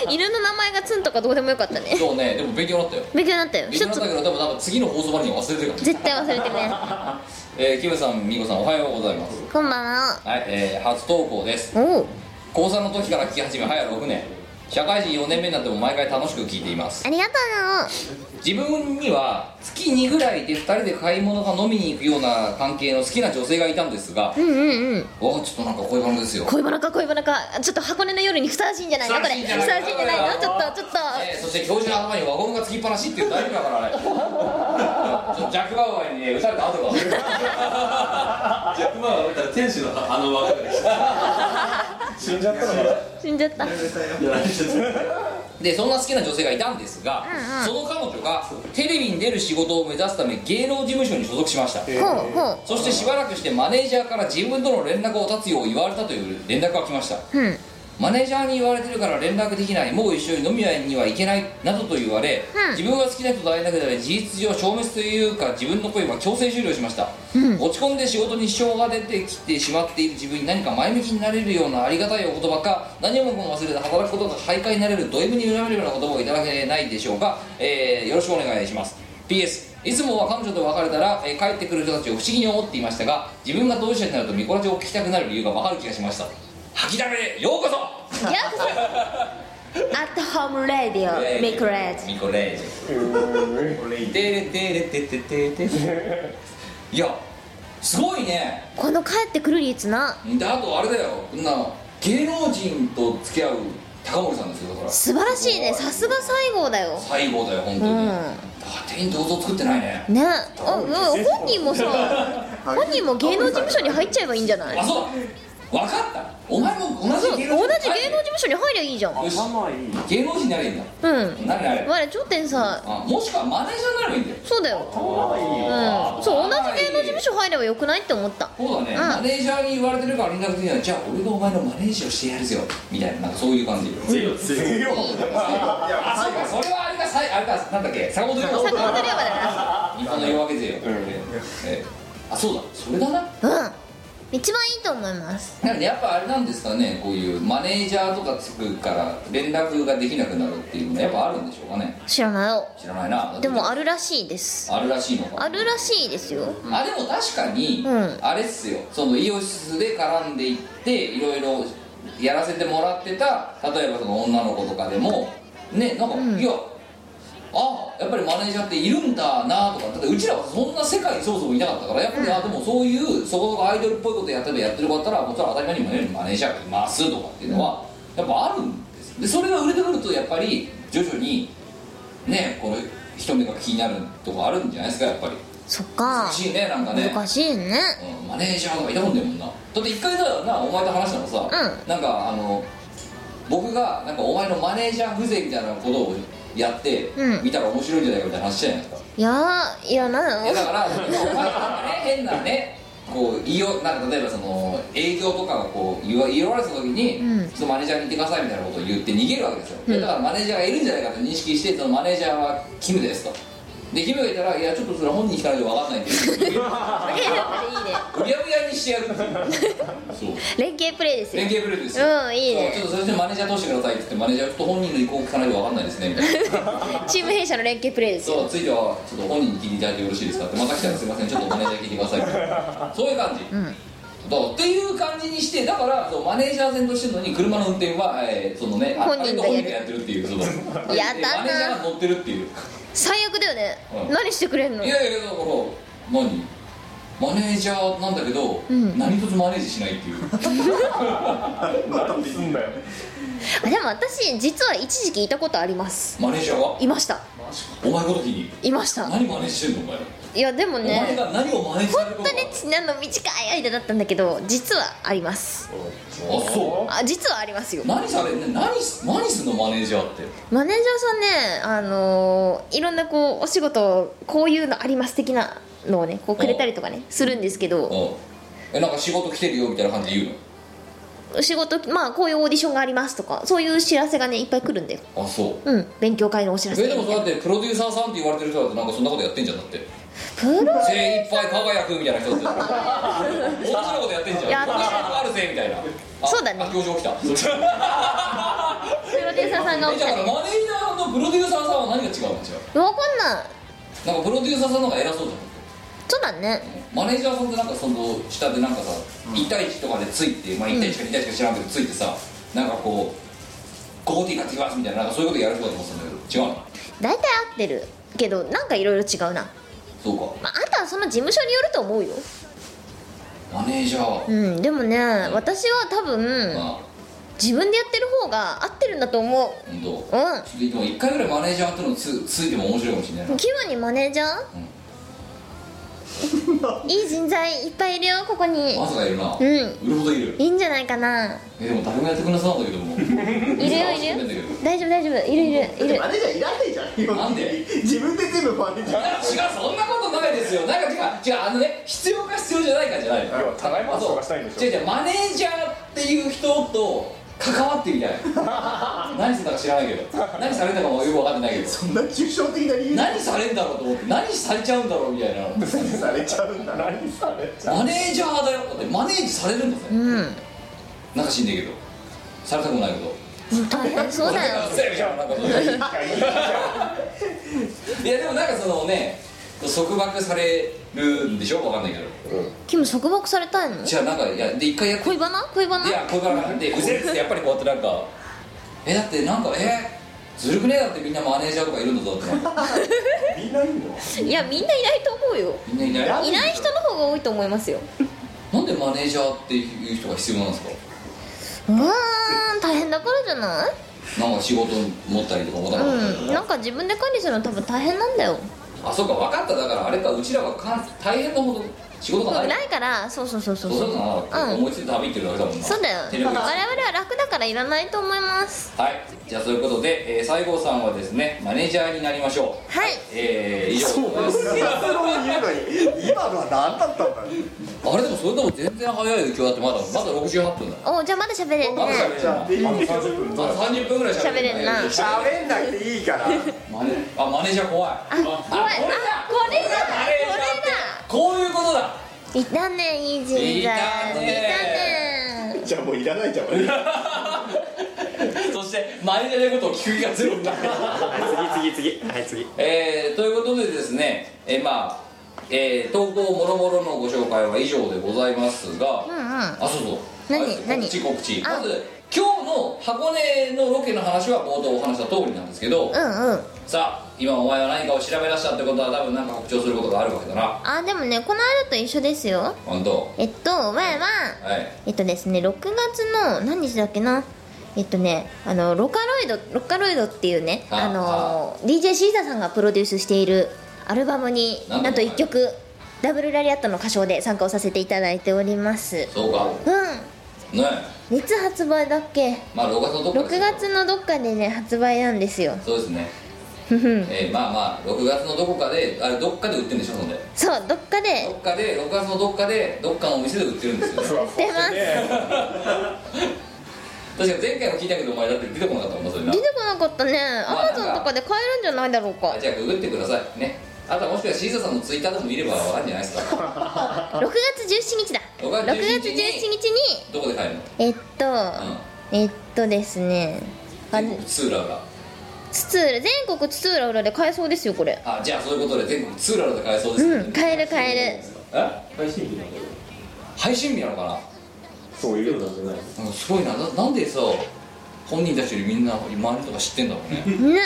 犬の名前がツンとかどうでもよかったねそうねでも勉強になったよ勉強になったよ勉一強になっつたけど多分なんか次の放送までには忘れてるから、絶対忘れてね えー、キムさんミコさんおはようございますこんばんははい、えー、初投稿ですおう高3の時から聞き始め早6年社会人4年目になっても毎回楽しく聞いていますありがと自分には月2ぐらいで2人で買い物か飲みに行くような関係の好きな女性がいたんですが、うなうんうんうんわあちょっとなんか恋バナですよ恋バナか恋バナかちょっと箱根の夜にふさわしいんじゃないのこれふさわしいんじゃないのちょっとちょっとえーそして教授の頭に輪ゴムがつきっぱなしっていう大丈夫だ からあれちょっとジャック・バウアーにね打たれた跡がジャック・バウアー打ったら天使のあの輪ゴムで死んじゃったのかな死んじゃったでそんな好きな女性がいたんですが、うんうんその彼女がテレビに出る仕事を目指すため芸能事務所に所属しました、ほうほそしてしばらくしてマネージャーから自分との連絡を絶つよう言われたという連絡が来ましたううんマネージャーに言われてるから連絡できないもう一緒に飲み屋には行けないなどと言われ、うん自分が好きな人と会えなくなり事実上消滅というか自分の声は強制終了しました、落ち込んで仕事に支障が出てきてしまっている自分に何か前向きになれるようなありがたいお言葉か何もかも忘れて働くことが徘徊になれるド M に恨めるような言葉をいただけないでしょうか、えーよろしくお願いします PS いつもは彼女と別れたら、えー帰ってくる人たちを不思議に思っていましたが自分が当事者になるとミコラジを聞きたくなる理由が分かる気がしました吐きだめようこそようこそアットホームラディオミクレーズミコレージテレテレテテテテいやすごいねこの帰ってくる率なであとあれだよこんな芸能人と付き合う高森さんですよだから素晴らしいねさすが西郷だよ最後だよ本う当に、ん手に銅像作ってないねねあうん本人もさ本人も芸能事務所に入っちゃえばいいんじゃないあそうだ分かったお前も同そう同じ芸じ芸能能人事務所に入りゃいいじゃんうよし芸能人になればいいんだんなれなれ我頂点さあもしくはマネージャーになればいいんだよそうだよあーうんそう同じ芸能事務所入ればよくないって思ったそうだね、んマネージャーに言われてるから連絡的にはじゃあ俺がお前のマネージャーをしてやるぜよみたいななんかそういう感じ強い強いあそうかそれはあれかさあれかなんだっけ坂本龍馬坂本龍馬だ日本の夜明けぜよ、ええあそうだそれだななうん一番いいと思いますなんでやっぱあれなんですかねこういうマネージャーとかつくから連絡ができなくなるっていうのやっぱあるんでしょうかね知らないよ知らないなでもああるらしいでするらしいのかあるらしいですよあでも確かに、うんあれっすよそのイオシスで絡んでいっていろいろやらせてもらってた例えばその女の子とかでもねなんか、いやああやっぱりマネージャーっているんだなとかだってうちらはそんな世界にそもそもいなかったからやっぱり、あでもそういうそこそこアイドルっぽいことやってるやってる子だったらもちろん当たり前にもねマネージャーがいますとかっていうのはやっぱあるんですよでそれが売れてくるとやっぱり徐々にねこの人目が気になるとかあるんじゃないですかやっぱりそっか難しいねなんかね難しいねうんマネージャーとかいたもんだよもんなだって一回だなお前と話したのさ、なんかあの僕がなんかお前のマネージャー風情みたいなことをやって、うん見たら面白いんじゃないかみたいな話じゃないですかいやーいやないのやだからお前なんかね変なねこう言いよなんか例えばその営業とかがこう言わ言い寄られた時に、うんちょっとマネージャーに行ってくださいみたいなことを言って逃げるわけですよ、うんだからマネージャーがいるんじゃないかと認識してそのマネージャーはキムですとでキムがいたら「いやちょっとそれは本人聞かないと分かんないんで」いいねうやうやにしてやるっていうそう連携プレイですよ連携プレーですようんいいねそうちょっとそれでマネージャー通してくださいって言ってマネージャーちょっと本人の意向を聞かないと分かんないですねみたいなチーム弊社の連携プレイですよそうついてはちょっと本人に聞いていただいてよろしいですかってまた来たらすいませんちょっとマネージャー聞いてくださいみたいなそういう感じ、んどうっていう感じにしてだからそうマネージャー戦としてるのに車の運転は、えーそのねあ本人がやあれと本人がやっるてるっていうそのやマだなネージャーが乗ってるっていう最悪だよね、うん何してくれんのいやいやだから何マネージャーなんだけど、うん何一つマネージしないっていう何すんだよあでも私実は一時期いたことありますマネージャーはいましたお前ごときにいました何マネージしてんのお前いやでもお前ねが何をマネージされる本当にちなの短い間だったんだけど実はありますあそあ実はありますよう何され何何すんのマネージャーってマネージャーさんねあのーいろんなこうお仕事こういうのあります的なのをねこうくれたりとかねするんですけどえなんか仕事来てるよみたいな感じで言う仕事まあこういうオーディションがありますとかそういう知らせがねいっぱい来るんだよのあそううん勉強会のお知らせえでもそうやってプロデューサーさんって言われてる人だってなんかそんなことやってんじゃんだってプロ精一杯輝くみたいな 人だってそんなことやってんじゃんやってるこんな仕事あるぜみたいなあそうだねあ表情来たプロロデューサーさんが起きただねからマネージャーとプロデューサーさんは何が違うんですよ分かんないなんかプロデューサーさんの方が偉そうじゃんそうだねマネージャーさんってなんかその下でなんかさ、1対1とかでついて、まあ、1対1か2対1か知らんけどついてさなんかこう「ゴーティー買ってきます」みたいななんかそういうことやる人だと思ってたんだけど違うの大体合ってるけどなんかいろいろ違うな、そうかまあ、あんたはその事務所によると思うよマネージャーはうんでもね私は多分まあ自分でやってる方が合ってるんだと思う本当。ちょうんっとでも1回ぐらいマネージャーっていうのつついても面白いかもしれないなキムにマネージャー、いい人材いっぱいいるよここにまさかいるな、うん売るほどいるいいんじゃないかなえでも誰もやってくれなそうなんだけどもい いるよいるよ大丈夫大丈夫いるいるいるマネージャーいらねえじゃん今なんで自分で全部マネージャや違うそんなことないですよなんか違う違うあのね必要か必要じゃないかじゃないの要は互い回しとかしたいんでしょそう違う違うマネージャーっていう人と関わってみたい 何するのか知らないけど何されたかもよく分かってないけどーそんな抽象的な理由何されんだろうと思って何されちゃうんだろうみたい な何されちゃうんだ何されちゃうマネージャーだよだってマネージされるんだぜうんなんか知んねえけどされたくもないけど大変そうだよセーフじゃんなんかそういう いやでもなんかそのね束縛されるんでしょわかんないけど、キム束縛されたいのじゃあなんかいやで一回やっ恋バナ恋バナいやこれからなんでうぜえっつってやっぱりこうやってなんかえだってなんかえずるくねえだってみんなマネージャーとかいるんだぞってなんかみんないるのいやみんないないと思うよみんないないいない人の方が多いと思いますよなんでマネージャーっていう人が必要なんですかうーん大変だからじゃないなんか仕事持ったりとか持たなかったりとか、うんなんか自分で管理するの多分大変なんだよあそうか分かっただからあれかうちらがかん大変なほど仕事がないないからそうそうそうそそううだな、うん思いついて旅行ってるだけだもんなそうだよテレ我ビ々朝日は楽だからいらないと思いますはい、じゃあそういうことで、えー、西郷さんはですねマネージャーになりましょうはいえー、以上ですそれを言うのに今のは何だったんだろうあれでもそれでも全然早いよ今日だってまだまだ68分だよおじゃあまだ喋れるねまだ喋れるな今の30分まだ30分ぐらい喋喋れんな喋んなくていいからマネあマネージャー怖いああ怖いあこれだマネージャーってこういうこと だこれだいたねいい人材いたいたねじゃあもういらないじゃん俺そしてマネージャーのことを聞く気がゼロになるはい次次次はい次えー、ということでですねえー、まあえー、投稿もろもろのご紹介は以上でございますが、うんうんあそうそう何あれです何告知告知あまず今日の箱根のロケの話は冒頭お話した通りなんですけど、うんうんさあ今お前は何かを調べ出したってことは多分何か告知をすることがあるわけだなあでもねこの間と一緒ですよ本当えっと前ははいえっとですね6月の何日だっけなえっとねあのロカロイドロカロイドっていうねああの DJ シーザーさんがプロデュースしているアルバムになんだなんと1曲ダブルラリアットの歌唱で参加をさせていただいておりますそうかうねんいつ発売だっけまあ6月のどっか6月のどっかでね発売なんですよそうですねふふえーまあまあ6月のどこかであれどっかで売ってるんでしょそんでそうどっかでどっかで6月のどっかでどっかのお店で売ってるんですよ、 ね、出ます確か前回も聞いたけどお前だって出てこなかったもんなそれ出なてこなかったねアまあマゾンとかで買えるんじゃないだろうかじゃあググってくださいねあとはもしかしたらシーザーさんのツイッターでも見ればわかるんじゃないですか6月17日だ6 6月月17日17に日にどこで買えるのえっと、えっとですねあのツーラウラツツーラ全国ツツーラ裏で買えそうですよこれあじゃあそういうことで全国ツーラウラで買えそうですね、うん買える買えるえ配信日なの配信日なのかなそういうのじゃないすごいなななんでさ本人たちよりみんな周りの人が知ってんだろうね ね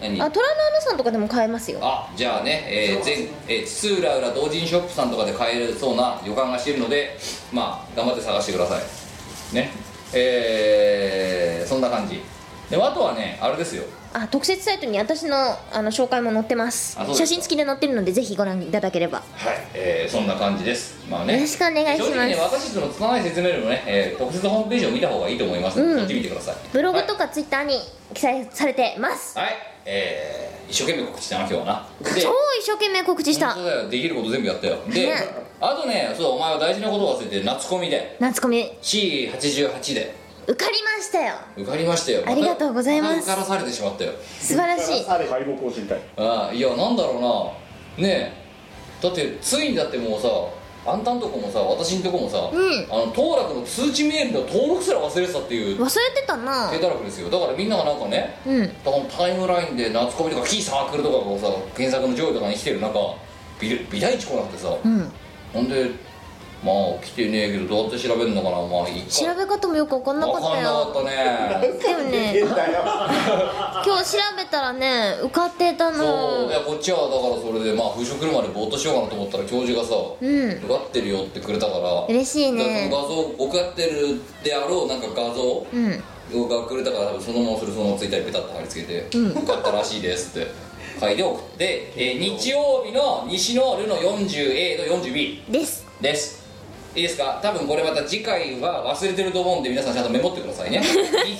何あトラのアナさんとかでも買えますよあじゃあね、えー全えー、津浦浦同人ショップさんとかで買えそうな予感がしているのでまあ頑張って探してくださいねえー、そんな感じであとはねあれですよあ特設サイトに私のあの紹介も載ってますあそうですか写真付きで載ってるのでぜひご覧いただければはい、えー、そんな感じですまあねよろしくお願いします正直ね私たちのつない説明よりもね、えー、特設ホームページを見た方がいいと思いますので、うんそっち見てくださいブログとかツイッターに記載されてます、はいえー、一生懸命告知したな今日はな超一生懸命告知したそうだよできること全部やったよで、ねあとねそうお前は大事なことを忘れて夏コミで夏コミ C88 で受かりましたよ受かりましたよありがとうございまますた受からされてしまったよ素晴らしい敗北を知りたいああいやなんだろうなねえだってついにだってもうさあんたんとこもさ私んとこもさ、うんあの当落の通知メールの登録すら忘れてたっていう忘れてたな手だらけですよだからみんながなんかねうだんからタイムラインで夏コミとかキーサークルとかがさ原作の上位とかに来てる中ビビ大地来なくてさ、うんほんでまあ来てねえけどどうやって調べるのかなまあいいか調べ方もよく分かんなか分ったかんなよかった ねでもね今日調べたらね受かってたそういのやこっちはだからそれでまあ風車来るまでぼーっとしようかなと思ったら教授がさ「うん受かってるよ」ってくれたから嬉しいねだからその画像受かってるであろうなんか画像うんがくれたから多分そのままそれそのままツイッターにペタッと貼り付けて「うん受かったらしいです」って書いて送って、えー日曜日の西のルの 40A と 40B ですですいいですか多分これまた次回は忘れてると思うんで皆さんちゃんとメモってくだ さいね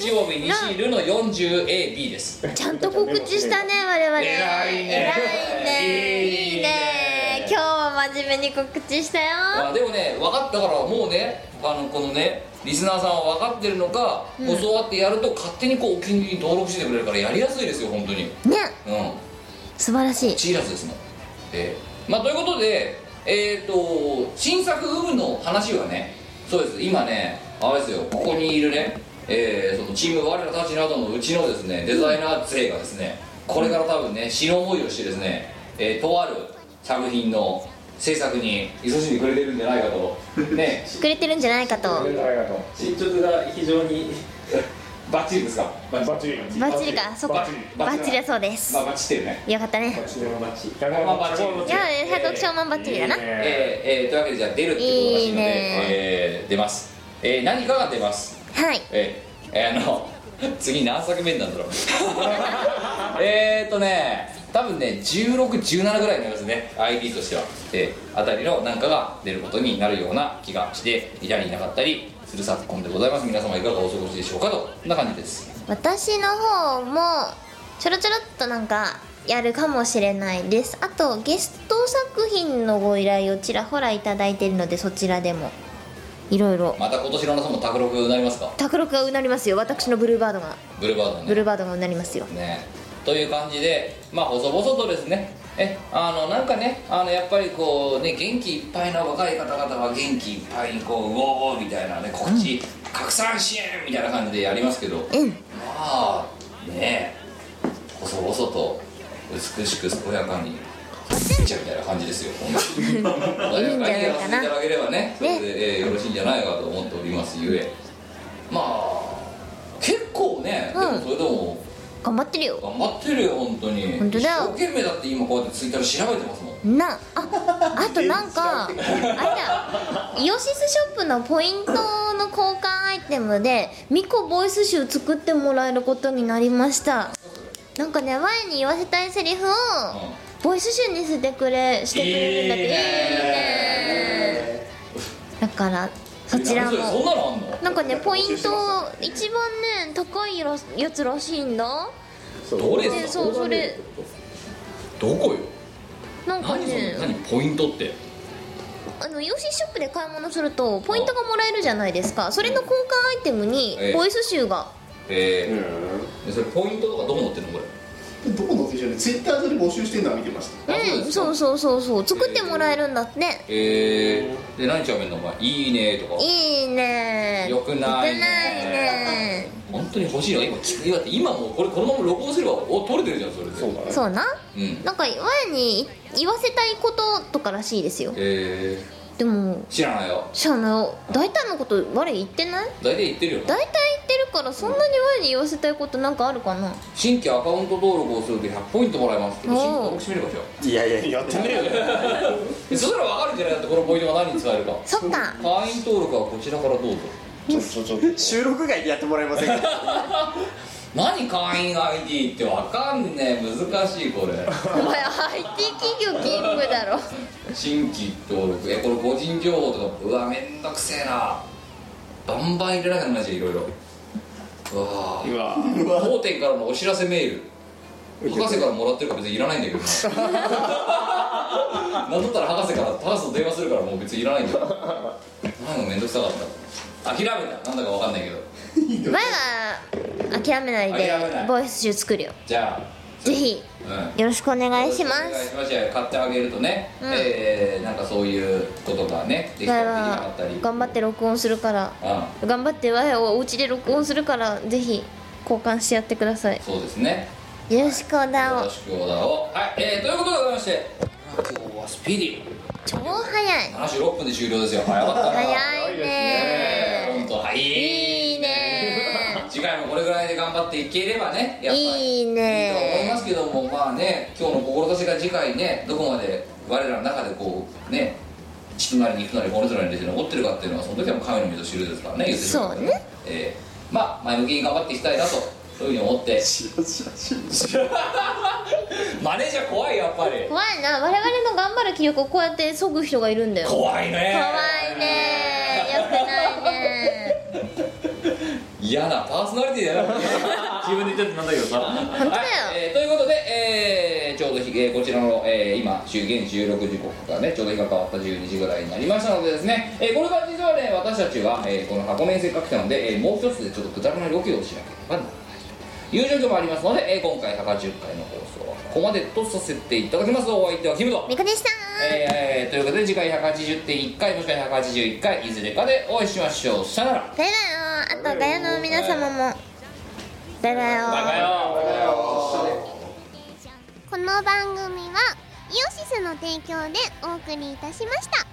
日曜日西ルの 40AB ですちゃんと告知したね我々偉いね偉いいねいねいいね今日は真面目に告知したよまあでもね分かったからもうねあのこのねリスナーさんは分かってるのか、うんこうそうやってやると勝手にこうお気に入りに登録してくれるからやりやすいですよ本当にうんね素晴らしいチーラスですもんえーまあということでえっ、と新作有無の話はねそうです今ねあれですよここにいるねえーそのチーム我らたちなどのうちのですねデザイナー勢がですねこれから多分ね死の思いをしてですね、えーとある作品の制作に勤しんでくれてるんじゃないか とねくれてるんじゃないかと進捗が非常にバッチリですかバッチリバッチリかそっかバッチリだそうですまあバッチリしてるねよかったね100万バッチリいや100億万バッチリだなえーえーというわけでじゃあ出るってことらしいのでいいねえー出ます、えー何かが出ますはいえーえーあの 次何作目になるんだろう えーっとね多分ね1617ぐらいになりますね ID としてはえーあたりの何かが出ることになるような気がしていたりいなかったりする昨今でございます皆様いかがお過ごしでしょうかとこんな感じです私の方もちょろちょろっとなんかやるかもしれないですあとゲスト作品のご依頼をちらほらいただいてるのでそちらでもいろいろまた今年の夏も卓録になりますか卓録がうなりますよ私のブルーバードがブルーバードねブルーバードがうなりますよねという感じでまあ細々とですねえあのなんかねあのやっぱりこうね元気いっぱいの若い方々は元気いっぱいにこううおーみたいなね告知、拡散支援みたいな感じでやりますけど、まあね細々と美しく健やかに生きちゃうみたいな感じですよ本当に穏やかにやらせていただければねそれで、えーよろしいんじゃないかと思っておりますゆえまあ結構ね、でもそれでも頑張ってるよ頑張ってるよ本当に本当だよ一生懸命だって今こうやってツイッターで調べてますもんなああとなんかあれだイオシスショップのポイントの交換アイテムでミコボイス集作ってもらえることになりましたなんかね前に言わせたいセリフをボイス集にしてくれしてくれるんだっていいねだからそちらもえ何それそんなのあんのなんかねポイント一番ね高いらやつらしいんだどれでそうそれどこよなんか何そねの何ポイントってあのイオシスショップで買い物するとポイントがもらえるじゃないですかそれの交換アイテムにええボイス集がええそれポイントとかどこ載ってるのこれどこのってるじゃないツイッターで募集してるのは見てましたうんそうそうそうそう作ってもらえるんだってええで何ちゃめんのお前いいねとかいいねよくないねよくないね本当に欲しいの今聞く今だって今もうこれこのまま録音すればお取れてるじゃんそれでそうだそうなうんなんか前に言わせたいこととからしいですよええでも知らないよしゃあない大体のこと我言ってない大体言ってるよな大体言ってるからそんなに前に言わせたいことなんかあるかな新規アカウント登録をすると100ポイントもらえますけどおー新規登録してみればじゃあいやいややってねえよえそしたら分かるんじゃないだってこのポイントが何に使えるかそっ か会員登録はこちらからどう ぞ収録外でやってもらえませんか何会員 ID って分かんねえ難しいこれお前 IT 企業勤務だろ新規登録えこれ個人情報とかうわめんどくせえなバンバン入れなきゃならないじゃんいろいろうわー当店からのお知らせメール博士からもらってるから別にいらないんだけど ななんだったら博士から博士と電話するからもう別にいらないんだよなんかめんどくさかった諦めたなんだかわかんないけど前は諦めない諦めなでいボイス集作るよじゃあぜひうんよろしくお願いしまお願いすしますよ買ってあげるとね、うんえーなんかそういうことがねできた前りできなかはったり頑張って録音するからうん頑張って前をお家で録音するからぜひ交換してやってくださいそうですねよろしくおだよろおしくオーダーをはい、えー、ということでございまして今日はスピーディ超早いー76分で終了ですよ早かったな早いね本当はいいいね次回もこれぐらいで頑張っていければねやっぱりいいとは思いまねすけどもまあね今日の志が次回ねどこまで我らの中でこうね血となり肉となり骨となりで残ってるかっていうのはその時はもう神の身と知るですからね言ってしまそうねえーまあ前向きに頑張っていきたいなとそういうふうに思 ってマネージャー怖いやっぱり怖いな我々の頑張る気力をこうやって削ぐ人がいるんだよ怖いね怖いねよくないね嫌なパーソナリティだ な自分で言ってなんだけどさ本当だよえーということで、えーちょうど日、えーこちらの、えー今週現収録時刻がねちょうど日が変わった12時ぐらいになりましたのでですね、えーこれから実はね私たちは、えーこの箱根せっかく来たので、えーもう一つでちょっとくだらないロケをしなければならないという状況もありますので、えー今回110回の放送はここまでとさせていただきますお相手はキムとみこでしたえーということで次回180.1回もしくは181回いずれかでお会いしましょうさよならそれだよあとガヤの皆様もババイバイイバイよこの番組はイオシスの提供でお送りいたしました